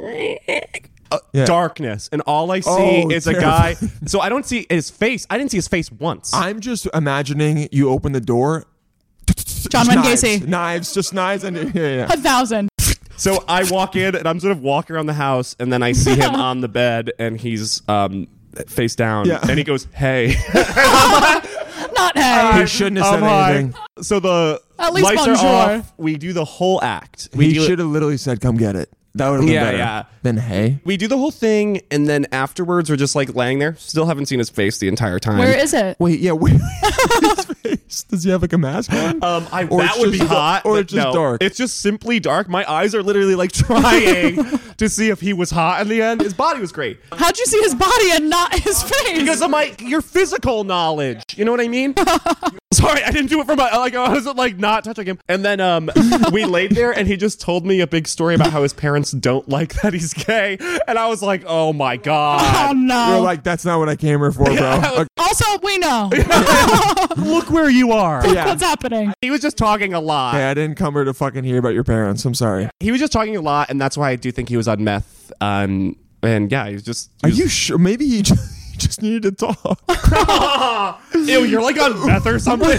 [SPEAKER 1] uh,
[SPEAKER 3] Yeah.
[SPEAKER 1] darkness, and all I see
[SPEAKER 3] Oh,
[SPEAKER 1] is
[SPEAKER 3] terrifying.
[SPEAKER 1] a guy. So I don't see his face. I didn't see his face once.
[SPEAKER 3] I'm just imagining you open the door.
[SPEAKER 2] John
[SPEAKER 3] Just
[SPEAKER 2] Wayne
[SPEAKER 3] knives.
[SPEAKER 2] Gacy.
[SPEAKER 3] Knives, just knives, and yeah, yeah.
[SPEAKER 2] A thousand.
[SPEAKER 1] so I walk in and I'm sort of walking around the house, and then I see him on the bed, and he's um face down,
[SPEAKER 3] Yeah.
[SPEAKER 1] and he goes, "Hey."
[SPEAKER 2] Not hey.
[SPEAKER 3] He shouldn't have
[SPEAKER 1] Um,
[SPEAKER 3] said
[SPEAKER 1] hi.
[SPEAKER 3] anything.
[SPEAKER 1] So the
[SPEAKER 2] At least
[SPEAKER 1] lights
[SPEAKER 2] bonjour.
[SPEAKER 1] are off. We do the whole act. We
[SPEAKER 3] He
[SPEAKER 1] do it-
[SPEAKER 3] should have literally said, "Come get it." That would have been
[SPEAKER 1] Yeah,
[SPEAKER 3] better.
[SPEAKER 1] yeah.
[SPEAKER 3] Then hey,
[SPEAKER 1] We do the whole thing, and then afterwards, we're just like laying there. Still haven't seen his face the entire time.
[SPEAKER 2] Where is it?
[SPEAKER 3] wait, yeah, wait. His face. Does he have like a mask on?
[SPEAKER 1] Um, I,
[SPEAKER 3] Or
[SPEAKER 1] that
[SPEAKER 3] it's
[SPEAKER 1] would be
[SPEAKER 3] just-
[SPEAKER 1] hot,
[SPEAKER 3] or
[SPEAKER 1] but
[SPEAKER 3] it's just
[SPEAKER 1] no.
[SPEAKER 3] dark.
[SPEAKER 1] It's just simply dark. My eyes are literally like trying to see if he was hot in the end. His body was great
[SPEAKER 2] How'd you see his body and not his face?
[SPEAKER 1] because of my your physical knowledge. You know what I mean? Sorry, I didn't do it for my like I was like not touching him. And then um, we laid there, and he just told me a big story about how his parents don't like that he's gay, and I was like, oh my
[SPEAKER 2] oh
[SPEAKER 1] god.
[SPEAKER 3] You're
[SPEAKER 2] no.
[SPEAKER 3] like, that's not what I came here for, bro. Okay.
[SPEAKER 2] also, we know
[SPEAKER 1] Oh, Look where you are.
[SPEAKER 3] Yeah.
[SPEAKER 2] what's happening.
[SPEAKER 1] He was just talking a lot.
[SPEAKER 3] Hey, I didn't come here to fucking hear about your parents. I'm sorry.
[SPEAKER 1] he was just talking a lot, and that's why I do think he was on meth. Um, and yeah, he was just.
[SPEAKER 3] Are you sure? Maybe you just, just needed to talk.
[SPEAKER 1] Ew, you're like on meth or something.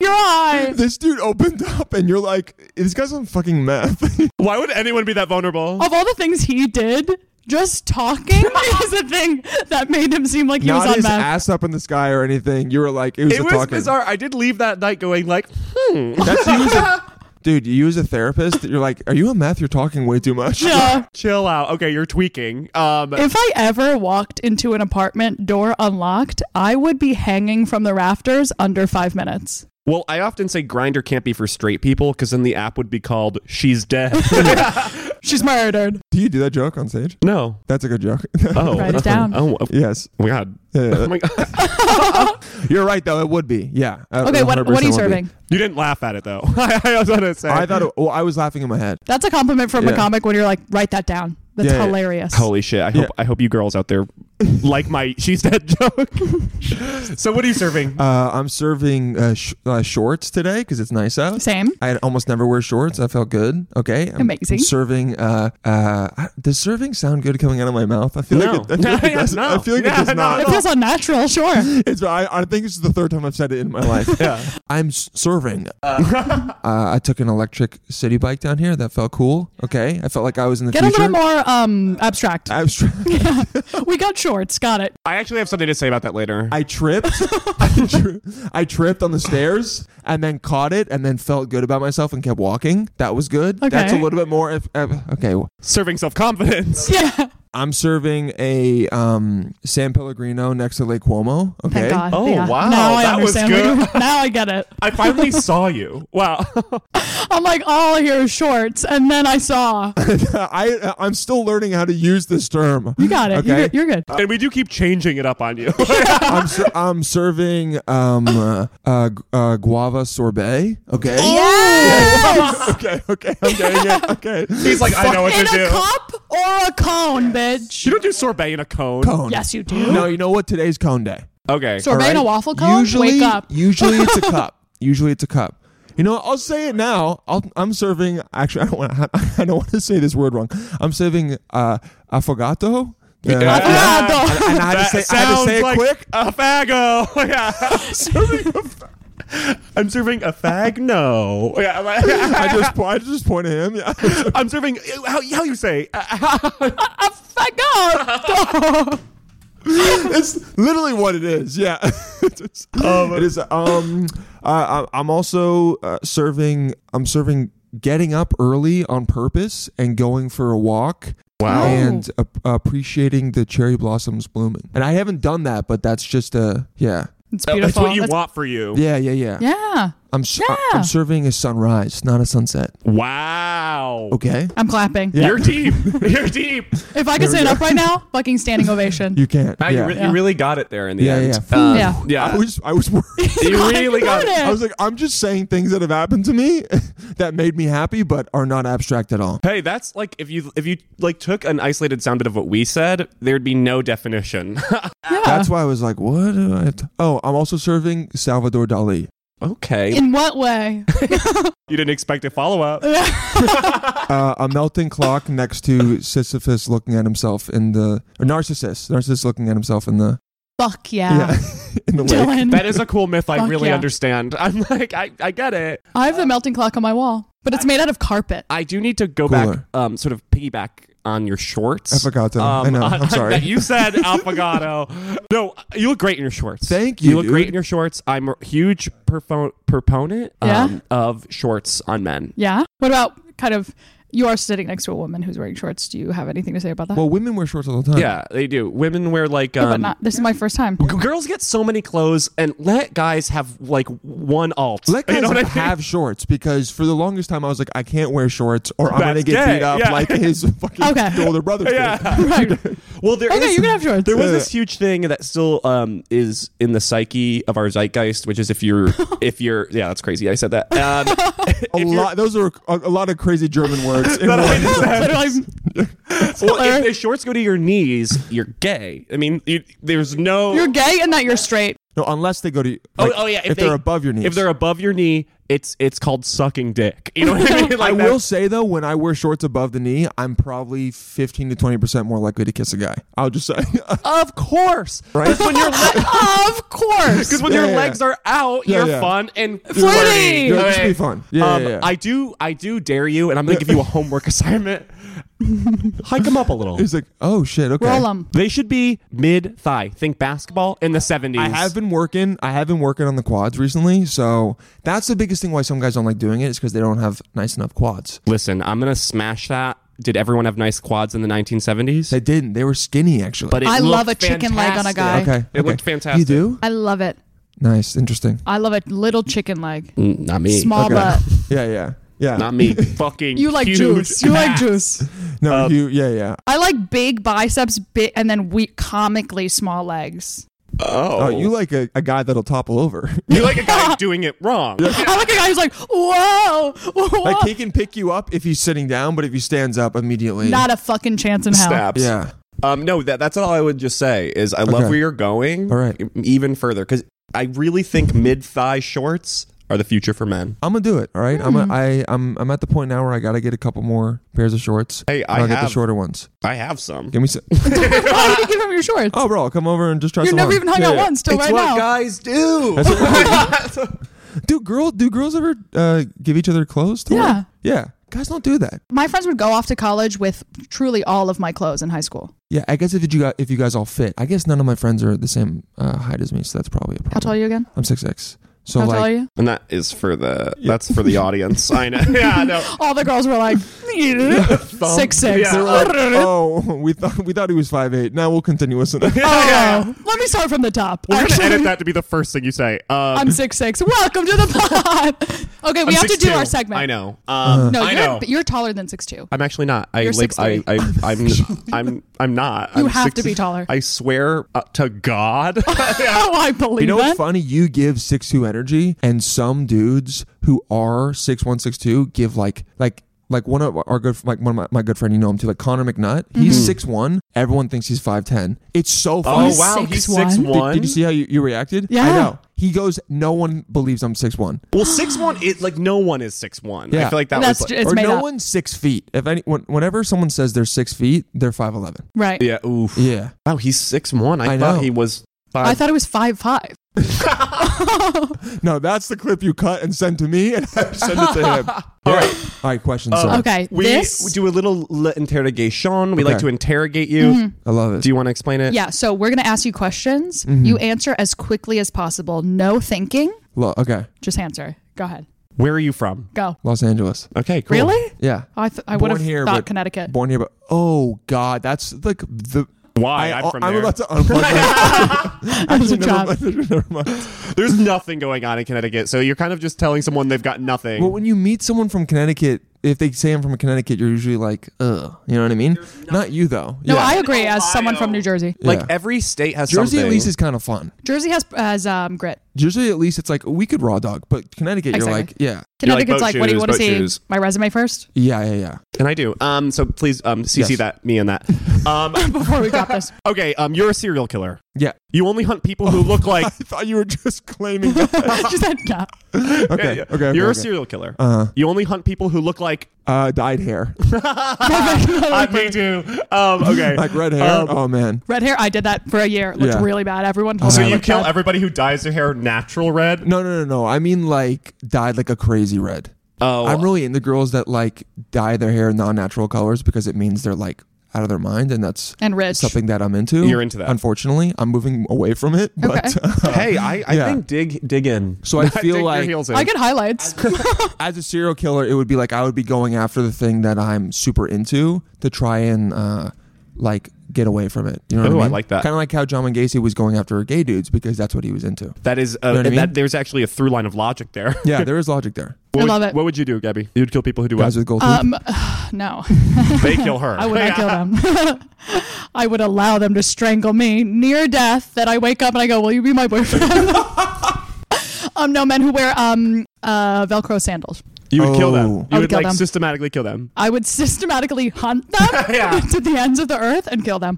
[SPEAKER 2] Your eye.
[SPEAKER 3] this dude opened up, and you're like, this guy's on fucking meth.
[SPEAKER 1] why would anyone be that vulnerable?
[SPEAKER 2] Of all the things he did, just talking is the thing that made him seem like he
[SPEAKER 3] Not
[SPEAKER 2] was on
[SPEAKER 3] his
[SPEAKER 2] meth.
[SPEAKER 3] ass up in the sky or anything. You were like, it was,
[SPEAKER 1] it
[SPEAKER 3] the
[SPEAKER 1] was
[SPEAKER 3] talking.
[SPEAKER 1] bizarre. I did leave that night going like, hmm.
[SPEAKER 3] That's you as a- dude. You as a therapist, you're like, are you on meth? You're talking way too much.
[SPEAKER 2] Yeah.
[SPEAKER 1] chill out. Okay, you're tweaking. Um,
[SPEAKER 2] Uh, If I ever walked into an apartment door unlocked, I would be hanging from the rafters under five minutes.
[SPEAKER 1] well, I often say Grinder can't be for straight people because then the app would be called "She's Dead."
[SPEAKER 2] She's murdered.
[SPEAKER 3] Do you do that joke on stage?
[SPEAKER 1] no.
[SPEAKER 3] That's a good joke.
[SPEAKER 1] Oh,
[SPEAKER 2] Write it
[SPEAKER 1] that's funny.
[SPEAKER 2] down.
[SPEAKER 1] Oh, oh
[SPEAKER 3] yes.
[SPEAKER 1] my god.
[SPEAKER 3] Yeah, yeah.
[SPEAKER 1] Oh my god.
[SPEAKER 3] You're right though. It would be. Yeah. Uh,
[SPEAKER 2] Okay, what,
[SPEAKER 3] 100%
[SPEAKER 2] what are you
[SPEAKER 3] would be.
[SPEAKER 2] serving?
[SPEAKER 1] You didn't laugh at it though. I was gonna say.
[SPEAKER 3] I thought. It, well, I was laughing in my head.
[SPEAKER 2] That's a compliment from
[SPEAKER 3] Yeah.
[SPEAKER 2] a comic when you're like, write that down. That's
[SPEAKER 3] Yeah, yeah.
[SPEAKER 2] hilarious.
[SPEAKER 1] Holy shit! I
[SPEAKER 3] Yeah.
[SPEAKER 1] hope I hope you girls out there like my she's dead joke. so what are you serving?
[SPEAKER 3] Uh, I'm serving uh, sh- uh, shorts today because it's nice out.
[SPEAKER 2] Same.
[SPEAKER 3] I almost never wear shorts. I felt good. Okay, I'm,
[SPEAKER 2] Amazing.
[SPEAKER 3] I'm serving. Uh, uh, I- does serving sound good coming out of my mouth? I feel
[SPEAKER 1] No.
[SPEAKER 3] like it, I feel like it
[SPEAKER 1] Yeah,
[SPEAKER 3] does.
[SPEAKER 1] no.
[SPEAKER 3] I feel like
[SPEAKER 1] Yeah,
[SPEAKER 3] it does
[SPEAKER 1] no,
[SPEAKER 3] not.
[SPEAKER 2] It feels unnatural, sure.
[SPEAKER 3] It's, I, I think this is the third time I've said it in my life.
[SPEAKER 1] Yeah.
[SPEAKER 3] I'm s- serving. Uh, I took an electric city bike down here. That felt cool. Okay, I felt like I was in the
[SPEAKER 2] Get a
[SPEAKER 3] future.
[SPEAKER 2] little more um abstract.
[SPEAKER 3] I was. tr-
[SPEAKER 2] we got shorts. Got it.
[SPEAKER 1] I actually have something to say about that later.
[SPEAKER 3] I tripped. I, tri- I tripped on the stairs and then caught it and then felt good about myself and kept walking. That was good.
[SPEAKER 2] Okay.
[SPEAKER 3] That's a little bit more. If, uh, okay.
[SPEAKER 1] Serving self confidence.
[SPEAKER 2] Yeah.
[SPEAKER 3] I'm serving a um, San Pellegrino next to Lake Cuomo. Okay.
[SPEAKER 2] Thank God.
[SPEAKER 1] Oh,
[SPEAKER 2] yeah.
[SPEAKER 1] wow,
[SPEAKER 2] Now I
[SPEAKER 1] that was
[SPEAKER 2] understand. what you- now I get it.
[SPEAKER 1] I finally saw you. Wow.
[SPEAKER 3] Uh,
[SPEAKER 2] I'm like, all I hear is shorts, and then I saw.
[SPEAKER 3] I I'm still learning how to use this term.
[SPEAKER 2] You got it.
[SPEAKER 3] Okay.
[SPEAKER 2] You're, you're good.
[SPEAKER 1] and we do keep changing it up on you.
[SPEAKER 3] I'm ser- I'm serving um uh, uh, gu- uh guava sorbet. Okay.
[SPEAKER 2] Oh. Yes!
[SPEAKER 3] Okay. Okay. I'm getting it. Okay.
[SPEAKER 1] He's like, I know what
[SPEAKER 2] In
[SPEAKER 1] to do.
[SPEAKER 2] a cup or a cone, bitch.
[SPEAKER 1] you don't do sorbet in a cone.
[SPEAKER 3] Cone.
[SPEAKER 2] Yes, you do.
[SPEAKER 3] No, you know what? Today's cone day.
[SPEAKER 1] Okay.
[SPEAKER 2] Sorbet in a
[SPEAKER 3] Alright?
[SPEAKER 2] waffle cone?
[SPEAKER 3] Usually,
[SPEAKER 2] Wake up.
[SPEAKER 3] usually it's a cup. Usually it's a cup. You know, I'll say it now. I'll, I'm serving. Actually, I don't want. I don't want to say this word wrong. I'm serving uh, affogato. Uh, Yeah.
[SPEAKER 2] Affogato.
[SPEAKER 3] And, and I had to say, I had to
[SPEAKER 1] sounds
[SPEAKER 3] say it
[SPEAKER 1] like
[SPEAKER 3] quick.
[SPEAKER 1] a fago. Yeah, I'm serving a, fa- I'm serving a fag. No, yeah, I'm-
[SPEAKER 3] I just, po- I just point at him. Yeah.
[SPEAKER 1] I'm serving how, how you say uh,
[SPEAKER 2] Affogato.
[SPEAKER 3] it's literally what it is. Yeah, It's- it is. Um, I, I- I'm also uh, serving. I'm serving getting up early on purpose and going for a walk.
[SPEAKER 1] Wow.
[SPEAKER 3] And ap- appreciating the cherry blossoms blooming. And I haven't done that, but that's just a yeah,
[SPEAKER 2] It's beautiful.
[SPEAKER 1] that's what you
[SPEAKER 2] That's-
[SPEAKER 1] want for you.
[SPEAKER 3] yeah, yeah, yeah.
[SPEAKER 2] Yeah.
[SPEAKER 3] I'm s
[SPEAKER 2] Yeah.
[SPEAKER 3] am serving a sunrise, not a sunset.
[SPEAKER 1] Wow.
[SPEAKER 3] Okay,
[SPEAKER 2] I'm clapping.
[SPEAKER 3] Yeah.
[SPEAKER 1] You're deep. You're deep.
[SPEAKER 2] If I could
[SPEAKER 3] There
[SPEAKER 2] stand
[SPEAKER 3] we go.
[SPEAKER 2] up right now, fucking standing ovation.
[SPEAKER 3] you can't.
[SPEAKER 1] Wow,
[SPEAKER 3] yeah.
[SPEAKER 1] you, re-
[SPEAKER 2] Yeah.
[SPEAKER 1] you really got it there in the
[SPEAKER 3] Yeah,
[SPEAKER 1] end.
[SPEAKER 3] yeah.
[SPEAKER 1] Um,
[SPEAKER 2] Yeah.
[SPEAKER 3] I
[SPEAKER 1] yeah.
[SPEAKER 3] was, I was worried.
[SPEAKER 1] You really got
[SPEAKER 2] got
[SPEAKER 1] it.
[SPEAKER 2] it.
[SPEAKER 3] I was like, I'm just saying things that have happened to me that made me happy, but are not abstract at all.
[SPEAKER 1] Hey, that's like if you if you like took an isolated sound bit of what we said, there'd be no definition.
[SPEAKER 3] That's why I was like, what? do I t- oh, I'm also serving Salvador Dali.
[SPEAKER 1] okay.
[SPEAKER 2] In what way?
[SPEAKER 1] you didn't expect a follow up.
[SPEAKER 3] Uh, a melting clock next to Sisyphus looking at himself in the or narcissist, narcissist looking at himself in the
[SPEAKER 2] Fuck yeah.
[SPEAKER 3] yeah, in the lake.
[SPEAKER 2] Dylan.
[SPEAKER 1] That is a cool myth I
[SPEAKER 2] Fuck
[SPEAKER 1] really
[SPEAKER 2] yeah.
[SPEAKER 1] understand. I'm like, I, I get it.
[SPEAKER 2] I have the melting clock on my wall, but it's made out of carpet.
[SPEAKER 1] I do need to go back,
[SPEAKER 3] Cooler.
[SPEAKER 1] um, sort of piggyback on your shorts.
[SPEAKER 3] I forgot to. I know.
[SPEAKER 1] on-
[SPEAKER 3] I'm sorry.
[SPEAKER 1] that you said affogato. No, you look great in your shorts.
[SPEAKER 3] Thank
[SPEAKER 1] You
[SPEAKER 3] you,
[SPEAKER 1] look great
[SPEAKER 3] dude.
[SPEAKER 1] in your shorts. I'm a huge perfo- proponent
[SPEAKER 2] Yeah?
[SPEAKER 1] um, of shorts on men.
[SPEAKER 2] Yeah. What about kind of you are sitting next to a woman who's wearing shorts? Do you have anything to say about that?
[SPEAKER 3] well, women wear shorts all the time.
[SPEAKER 1] Yeah, they do. Women wear like
[SPEAKER 2] No, but
[SPEAKER 1] um,
[SPEAKER 2] not. This is my first time.
[SPEAKER 1] g- girls get so many clothes, and let guys have like one alt.
[SPEAKER 3] Let guys
[SPEAKER 1] you know what I mean?
[SPEAKER 3] have shorts because for the longest time I was like, I can't wear shorts or I'm gonna
[SPEAKER 1] That's
[SPEAKER 3] get
[SPEAKER 1] gay.
[SPEAKER 3] beat up
[SPEAKER 1] Yeah.
[SPEAKER 3] like his fucking
[SPEAKER 2] Okay.
[SPEAKER 3] older brother.
[SPEAKER 1] yeah.
[SPEAKER 2] Right.
[SPEAKER 1] Well, there
[SPEAKER 2] Okay,
[SPEAKER 1] is-
[SPEAKER 2] you can have shorts.
[SPEAKER 1] There was this huge thing that still um, is in the psyche of our zeitgeist, which is if you're if you're yeah, that's crazy. I said that. Um,
[SPEAKER 3] a
[SPEAKER 1] you're-
[SPEAKER 3] lot. Those are a, a lot of crazy German words. in
[SPEAKER 1] That I
[SPEAKER 3] one.
[SPEAKER 1] just said.
[SPEAKER 2] Literally,
[SPEAKER 1] well, if the shorts go to your knees, you're gay. I mean, you, there's no.
[SPEAKER 2] you're gay and that you're straight.
[SPEAKER 3] no, unless they go to.
[SPEAKER 1] Oh,
[SPEAKER 3] like,
[SPEAKER 1] oh, yeah.
[SPEAKER 3] if, they, are above your knees.
[SPEAKER 1] If they're above your knee, it's it's called sucking dick. You know what I mean?
[SPEAKER 3] I
[SPEAKER 1] Like
[SPEAKER 3] will say though, when I wear shorts above the knee, I'm probably 15 to 20 percent more likely to kiss a guy. I'll just say.
[SPEAKER 1] that- Of course,
[SPEAKER 3] Right?
[SPEAKER 1] Because when your le-
[SPEAKER 2] of course.
[SPEAKER 1] 'cause when
[SPEAKER 3] Yeah,
[SPEAKER 1] your
[SPEAKER 3] yeah.
[SPEAKER 1] legs are out,
[SPEAKER 3] Yeah,
[SPEAKER 1] you're
[SPEAKER 3] yeah.
[SPEAKER 1] fun and
[SPEAKER 2] Flirty.
[SPEAKER 1] flirty.
[SPEAKER 3] It'll
[SPEAKER 2] Yeah,
[SPEAKER 3] just be
[SPEAKER 1] Okay?
[SPEAKER 3] fun. Yeah,
[SPEAKER 1] um,
[SPEAKER 3] yeah, yeah.
[SPEAKER 1] I do, I do dare you, and I'm gonna give you a homework assignment. Hike them up a little.
[SPEAKER 3] He's like, oh shit, okay.
[SPEAKER 2] Roll 'em.
[SPEAKER 1] They should be mid thigh. Think basketball in the 70s.
[SPEAKER 3] I have been working. I have been working on the quads recently, so that's the biggest thing why some guys don't like doing it is because they don't have nice enough quads.
[SPEAKER 1] Listen, I'm gonna smash that. Did everyone have nice quads in the 1970s?
[SPEAKER 3] They didn't. They were skinny actually.
[SPEAKER 1] but it
[SPEAKER 2] I love
[SPEAKER 1] looked
[SPEAKER 2] a chicken leg on a
[SPEAKER 1] fantastic.
[SPEAKER 2] guy.
[SPEAKER 3] okay,
[SPEAKER 1] It
[SPEAKER 3] okay.
[SPEAKER 1] looked fantastic.
[SPEAKER 3] You do?
[SPEAKER 2] I love it.
[SPEAKER 3] Nice, interesting.
[SPEAKER 2] I love a little chicken leg.
[SPEAKER 1] Mm, Not me.
[SPEAKER 2] Small
[SPEAKER 3] Okay.
[SPEAKER 2] butt.
[SPEAKER 3] Yeah, yeah, yeah.
[SPEAKER 1] Not me. Fucking.
[SPEAKER 2] You like
[SPEAKER 1] huge
[SPEAKER 2] juice. You like
[SPEAKER 1] ass.
[SPEAKER 2] juice.
[SPEAKER 3] no,
[SPEAKER 1] Um,
[SPEAKER 3] you. Yeah, yeah.
[SPEAKER 2] I like big biceps, bit, and then we comically small legs.
[SPEAKER 1] Oh.
[SPEAKER 3] Oh, you like a, a guy that'll topple over.
[SPEAKER 1] You like a guy doing it wrong.
[SPEAKER 2] I like a guy who's like, whoa, whoa.
[SPEAKER 3] like he can pick you up if he's sitting down, but if he stands up immediately,
[SPEAKER 2] not a fucking chance in hell.
[SPEAKER 1] Snaps.
[SPEAKER 3] yeah.
[SPEAKER 1] Um. No. That, that's all I would just say is I love
[SPEAKER 3] Okay.
[SPEAKER 1] where you're going.
[SPEAKER 3] All right.
[SPEAKER 1] e- Even further because I really think mid thigh shorts are the future for men.
[SPEAKER 3] I'm gonna do it. All right. I'm
[SPEAKER 2] Mm-hmm.
[SPEAKER 3] a, I I'm I'm at the point now where I gotta get a couple more pairs of shorts.
[SPEAKER 1] Hey,
[SPEAKER 3] And
[SPEAKER 1] I
[SPEAKER 3] I'll get the
[SPEAKER 1] have-
[SPEAKER 3] shorter ones.
[SPEAKER 1] I have some.
[SPEAKER 3] Give me some.
[SPEAKER 2] Why would you give him your shorts?
[SPEAKER 3] oh, bro, I'll come over and just try.
[SPEAKER 2] You've
[SPEAKER 3] some
[SPEAKER 2] never
[SPEAKER 3] on.
[SPEAKER 2] even hung
[SPEAKER 3] Yeah,
[SPEAKER 2] out
[SPEAKER 3] yeah.
[SPEAKER 2] once till
[SPEAKER 1] it's
[SPEAKER 2] right
[SPEAKER 1] what
[SPEAKER 2] now.
[SPEAKER 1] guys do.
[SPEAKER 3] That's Do girl do girls ever uh, give each other clothes? To
[SPEAKER 2] Yeah.
[SPEAKER 3] wear? Yeah. Guys don't do that.
[SPEAKER 2] my friends would go off to college with truly all of my clothes in high school.
[SPEAKER 3] Yeah. I guess if you guys, if you guys all fit, I guess none of my friends are the same uh, height as me, so that's probably a problem.
[SPEAKER 2] How tall are you again?
[SPEAKER 3] I'm six six. So
[SPEAKER 2] How
[SPEAKER 3] like,
[SPEAKER 2] tall are you?
[SPEAKER 1] and that is for the. That's for the audience. I know. Yeah. No.
[SPEAKER 2] All the girls were like six six.
[SPEAKER 1] Yeah.
[SPEAKER 3] They were like, oh, we thought we thought he was five eight. Now we'll continue listening.
[SPEAKER 2] Oh, let me start from the top.
[SPEAKER 1] We're gonna
[SPEAKER 2] Actually,
[SPEAKER 1] edit that to be the first thing you say. Um,
[SPEAKER 2] I'm six six. Welcome to the pod. Okay,
[SPEAKER 1] I'm
[SPEAKER 2] we have to do
[SPEAKER 1] 6'2".
[SPEAKER 2] our segment.
[SPEAKER 1] I know. Um,
[SPEAKER 2] No,
[SPEAKER 1] I
[SPEAKER 2] you're,
[SPEAKER 1] know.
[SPEAKER 2] but you're taller than six two.
[SPEAKER 1] I'm actually not. I
[SPEAKER 2] You're
[SPEAKER 1] like. I,
[SPEAKER 2] 6'3".
[SPEAKER 1] I. I'm. I'm. I'm not.
[SPEAKER 2] You
[SPEAKER 1] I'm
[SPEAKER 2] have to be taller.
[SPEAKER 1] I swear uh, to God.
[SPEAKER 2] Oh, I believe
[SPEAKER 3] You know
[SPEAKER 2] it.
[SPEAKER 3] what's funny? You give six two energy, and some dudes who are six one six two give like like like one of our good like one of my, my good friend. You know him too, like Connor McNutt.
[SPEAKER 2] Mm-hmm.
[SPEAKER 3] He's six one. Everyone thinks Oh, he's five ten. It's so funny.
[SPEAKER 2] He's wow. six one.
[SPEAKER 3] Did, did you see how you, you reacted?
[SPEAKER 2] Yeah.
[SPEAKER 3] I know. He goes, no one believes I'm six one.
[SPEAKER 1] Well, six one is like no one is six one. I
[SPEAKER 3] Yeah.
[SPEAKER 1] feel like that
[SPEAKER 2] That's
[SPEAKER 1] was like,
[SPEAKER 2] true. It's
[SPEAKER 3] or
[SPEAKER 2] made
[SPEAKER 3] no
[SPEAKER 2] up.
[SPEAKER 3] one's six feet. If any, when, whenever someone says they're six feet, they're five eleven.
[SPEAKER 2] Right.
[SPEAKER 1] yeah. Oof.
[SPEAKER 3] Yeah,
[SPEAKER 1] Wow, he's six one. I,
[SPEAKER 3] I
[SPEAKER 1] thought
[SPEAKER 3] know.
[SPEAKER 1] he was five.
[SPEAKER 2] I thought it was five five.
[SPEAKER 3] no, that's the clip you cut and send to me, and I send it to him.
[SPEAKER 1] All right,
[SPEAKER 3] All right, question.
[SPEAKER 1] Uh,
[SPEAKER 3] sorry.
[SPEAKER 2] Okay.
[SPEAKER 1] we
[SPEAKER 2] this.
[SPEAKER 1] do a little le- interrogation. We like
[SPEAKER 3] Okay.
[SPEAKER 1] to interrogate you.
[SPEAKER 3] I love it.
[SPEAKER 1] Do you want to explain it?
[SPEAKER 2] Mm-hmm. yeah. So we're gonna ask you questions.
[SPEAKER 1] Mm-hmm.
[SPEAKER 2] You answer as quickly as possible. No thinking.
[SPEAKER 3] Lo- okay,
[SPEAKER 2] Just answer. Go ahead.
[SPEAKER 1] Where are you from?
[SPEAKER 2] Go.
[SPEAKER 3] Los Angeles.
[SPEAKER 1] Okay, cool.
[SPEAKER 2] Really?
[SPEAKER 3] Yeah,
[SPEAKER 2] I th- I
[SPEAKER 3] Born
[SPEAKER 2] would have
[SPEAKER 3] here,
[SPEAKER 2] thought
[SPEAKER 3] but-
[SPEAKER 2] Connecticut.
[SPEAKER 3] born here, but oh god, that's like the.
[SPEAKER 1] Why? I'm from
[SPEAKER 3] I'm
[SPEAKER 1] there.
[SPEAKER 3] about to unplug. My,
[SPEAKER 2] was a
[SPEAKER 3] actually, never
[SPEAKER 2] job.
[SPEAKER 3] mind, never mind.
[SPEAKER 1] There's nothing going on in Connecticut, so you're kind of just telling someone they've got nothing.
[SPEAKER 3] But when you meet someone from Connecticut, if they say I'm from Connecticut, you're usually like, ugh. You know what I mean? Not you though.
[SPEAKER 2] no,
[SPEAKER 3] yeah.
[SPEAKER 2] I agree. As someone from
[SPEAKER 1] Ohio.
[SPEAKER 2] New Jersey,
[SPEAKER 1] like
[SPEAKER 3] Yeah.
[SPEAKER 1] every state has
[SPEAKER 3] Jersey
[SPEAKER 1] something.
[SPEAKER 3] at least is kind of fun.
[SPEAKER 2] Jersey has has um grit.
[SPEAKER 3] Usually at least it's like we could raw dog, but Connecticut you're
[SPEAKER 2] Exactly.
[SPEAKER 3] like, yeah,
[SPEAKER 1] You're like,
[SPEAKER 2] Connecticut's
[SPEAKER 1] boat
[SPEAKER 2] like, what do
[SPEAKER 1] shoes,
[SPEAKER 2] you want to
[SPEAKER 1] boat
[SPEAKER 2] see?
[SPEAKER 1] shoes.
[SPEAKER 2] My resume first
[SPEAKER 3] yeah, yeah, yeah.
[SPEAKER 1] and I do. Um, so please, um, CC
[SPEAKER 3] Yes.
[SPEAKER 1] that me and that. Um,
[SPEAKER 2] before we got this.
[SPEAKER 1] okay. Um, you're a serial killer.
[SPEAKER 3] Yeah.
[SPEAKER 1] You only hunt people who look like.
[SPEAKER 3] I thought you were just claiming that.
[SPEAKER 2] She said, "Nah."
[SPEAKER 3] okay, okay, okay.
[SPEAKER 1] You're a
[SPEAKER 3] okay.
[SPEAKER 1] serial killer.
[SPEAKER 3] Uh-huh.
[SPEAKER 1] You only hunt people who look like.
[SPEAKER 3] uh, dyed hair,
[SPEAKER 1] I me too. Um, okay.
[SPEAKER 3] like red hair.
[SPEAKER 1] Um,
[SPEAKER 3] oh man,
[SPEAKER 2] Red hair. I did that for a year. It looked
[SPEAKER 3] Yeah.
[SPEAKER 2] really bad. Everyone.
[SPEAKER 1] Oh, so
[SPEAKER 2] told me I
[SPEAKER 1] you
[SPEAKER 2] looked
[SPEAKER 1] kill
[SPEAKER 2] bad.
[SPEAKER 1] everybody who dyes their hair natural red.
[SPEAKER 3] no, no, no, no. I mean like dyed like a crazy red.
[SPEAKER 1] Oh,
[SPEAKER 3] I'm really into girls that like dye their hair non-natural colors because it means they're like out of their mind, and that's
[SPEAKER 2] and rich.
[SPEAKER 3] something that I'm into.
[SPEAKER 1] You're into that.
[SPEAKER 3] Unfortunately, I'm moving away from it. But uh,
[SPEAKER 2] Okay.
[SPEAKER 1] hey, I, I
[SPEAKER 3] Yeah.
[SPEAKER 1] think dig dig in.
[SPEAKER 3] So I feel
[SPEAKER 1] Dig your
[SPEAKER 3] like-
[SPEAKER 1] heels in.
[SPEAKER 2] I get highlights.
[SPEAKER 3] as a serial killer, it would be like I would be going after the thing that I'm super into to try and uh, like get away from it. You know what
[SPEAKER 1] Ooh,
[SPEAKER 3] I
[SPEAKER 1] I
[SPEAKER 3] mean?
[SPEAKER 1] like that.
[SPEAKER 3] Kind of like how John Wayne Gacy was going after gay dudes because that's what he was into.
[SPEAKER 1] that is uh,
[SPEAKER 3] know what I mean?
[SPEAKER 1] that there's actually a through line of logic there.
[SPEAKER 3] Yeah, there is logic there.
[SPEAKER 2] I
[SPEAKER 1] What
[SPEAKER 2] love
[SPEAKER 1] would,
[SPEAKER 2] it.
[SPEAKER 1] What would you do, Gabby? You'd kill people who do
[SPEAKER 3] Guys
[SPEAKER 1] what?
[SPEAKER 3] with gold teeth.
[SPEAKER 2] Um, no,
[SPEAKER 1] They kill her.
[SPEAKER 2] I would not kill them. I would allow them to strangle me near death. That I wake up and I go, "Will you be my boyfriend?" um, no men who wear um uh Velcro sandals.
[SPEAKER 1] You would kill them.
[SPEAKER 3] Oh.
[SPEAKER 1] You
[SPEAKER 2] I would
[SPEAKER 1] would
[SPEAKER 2] kill
[SPEAKER 1] like
[SPEAKER 2] them.
[SPEAKER 1] systematically kill them.
[SPEAKER 2] I would systematically hunt them
[SPEAKER 1] Yeah.
[SPEAKER 2] to the ends of the earth and kill them.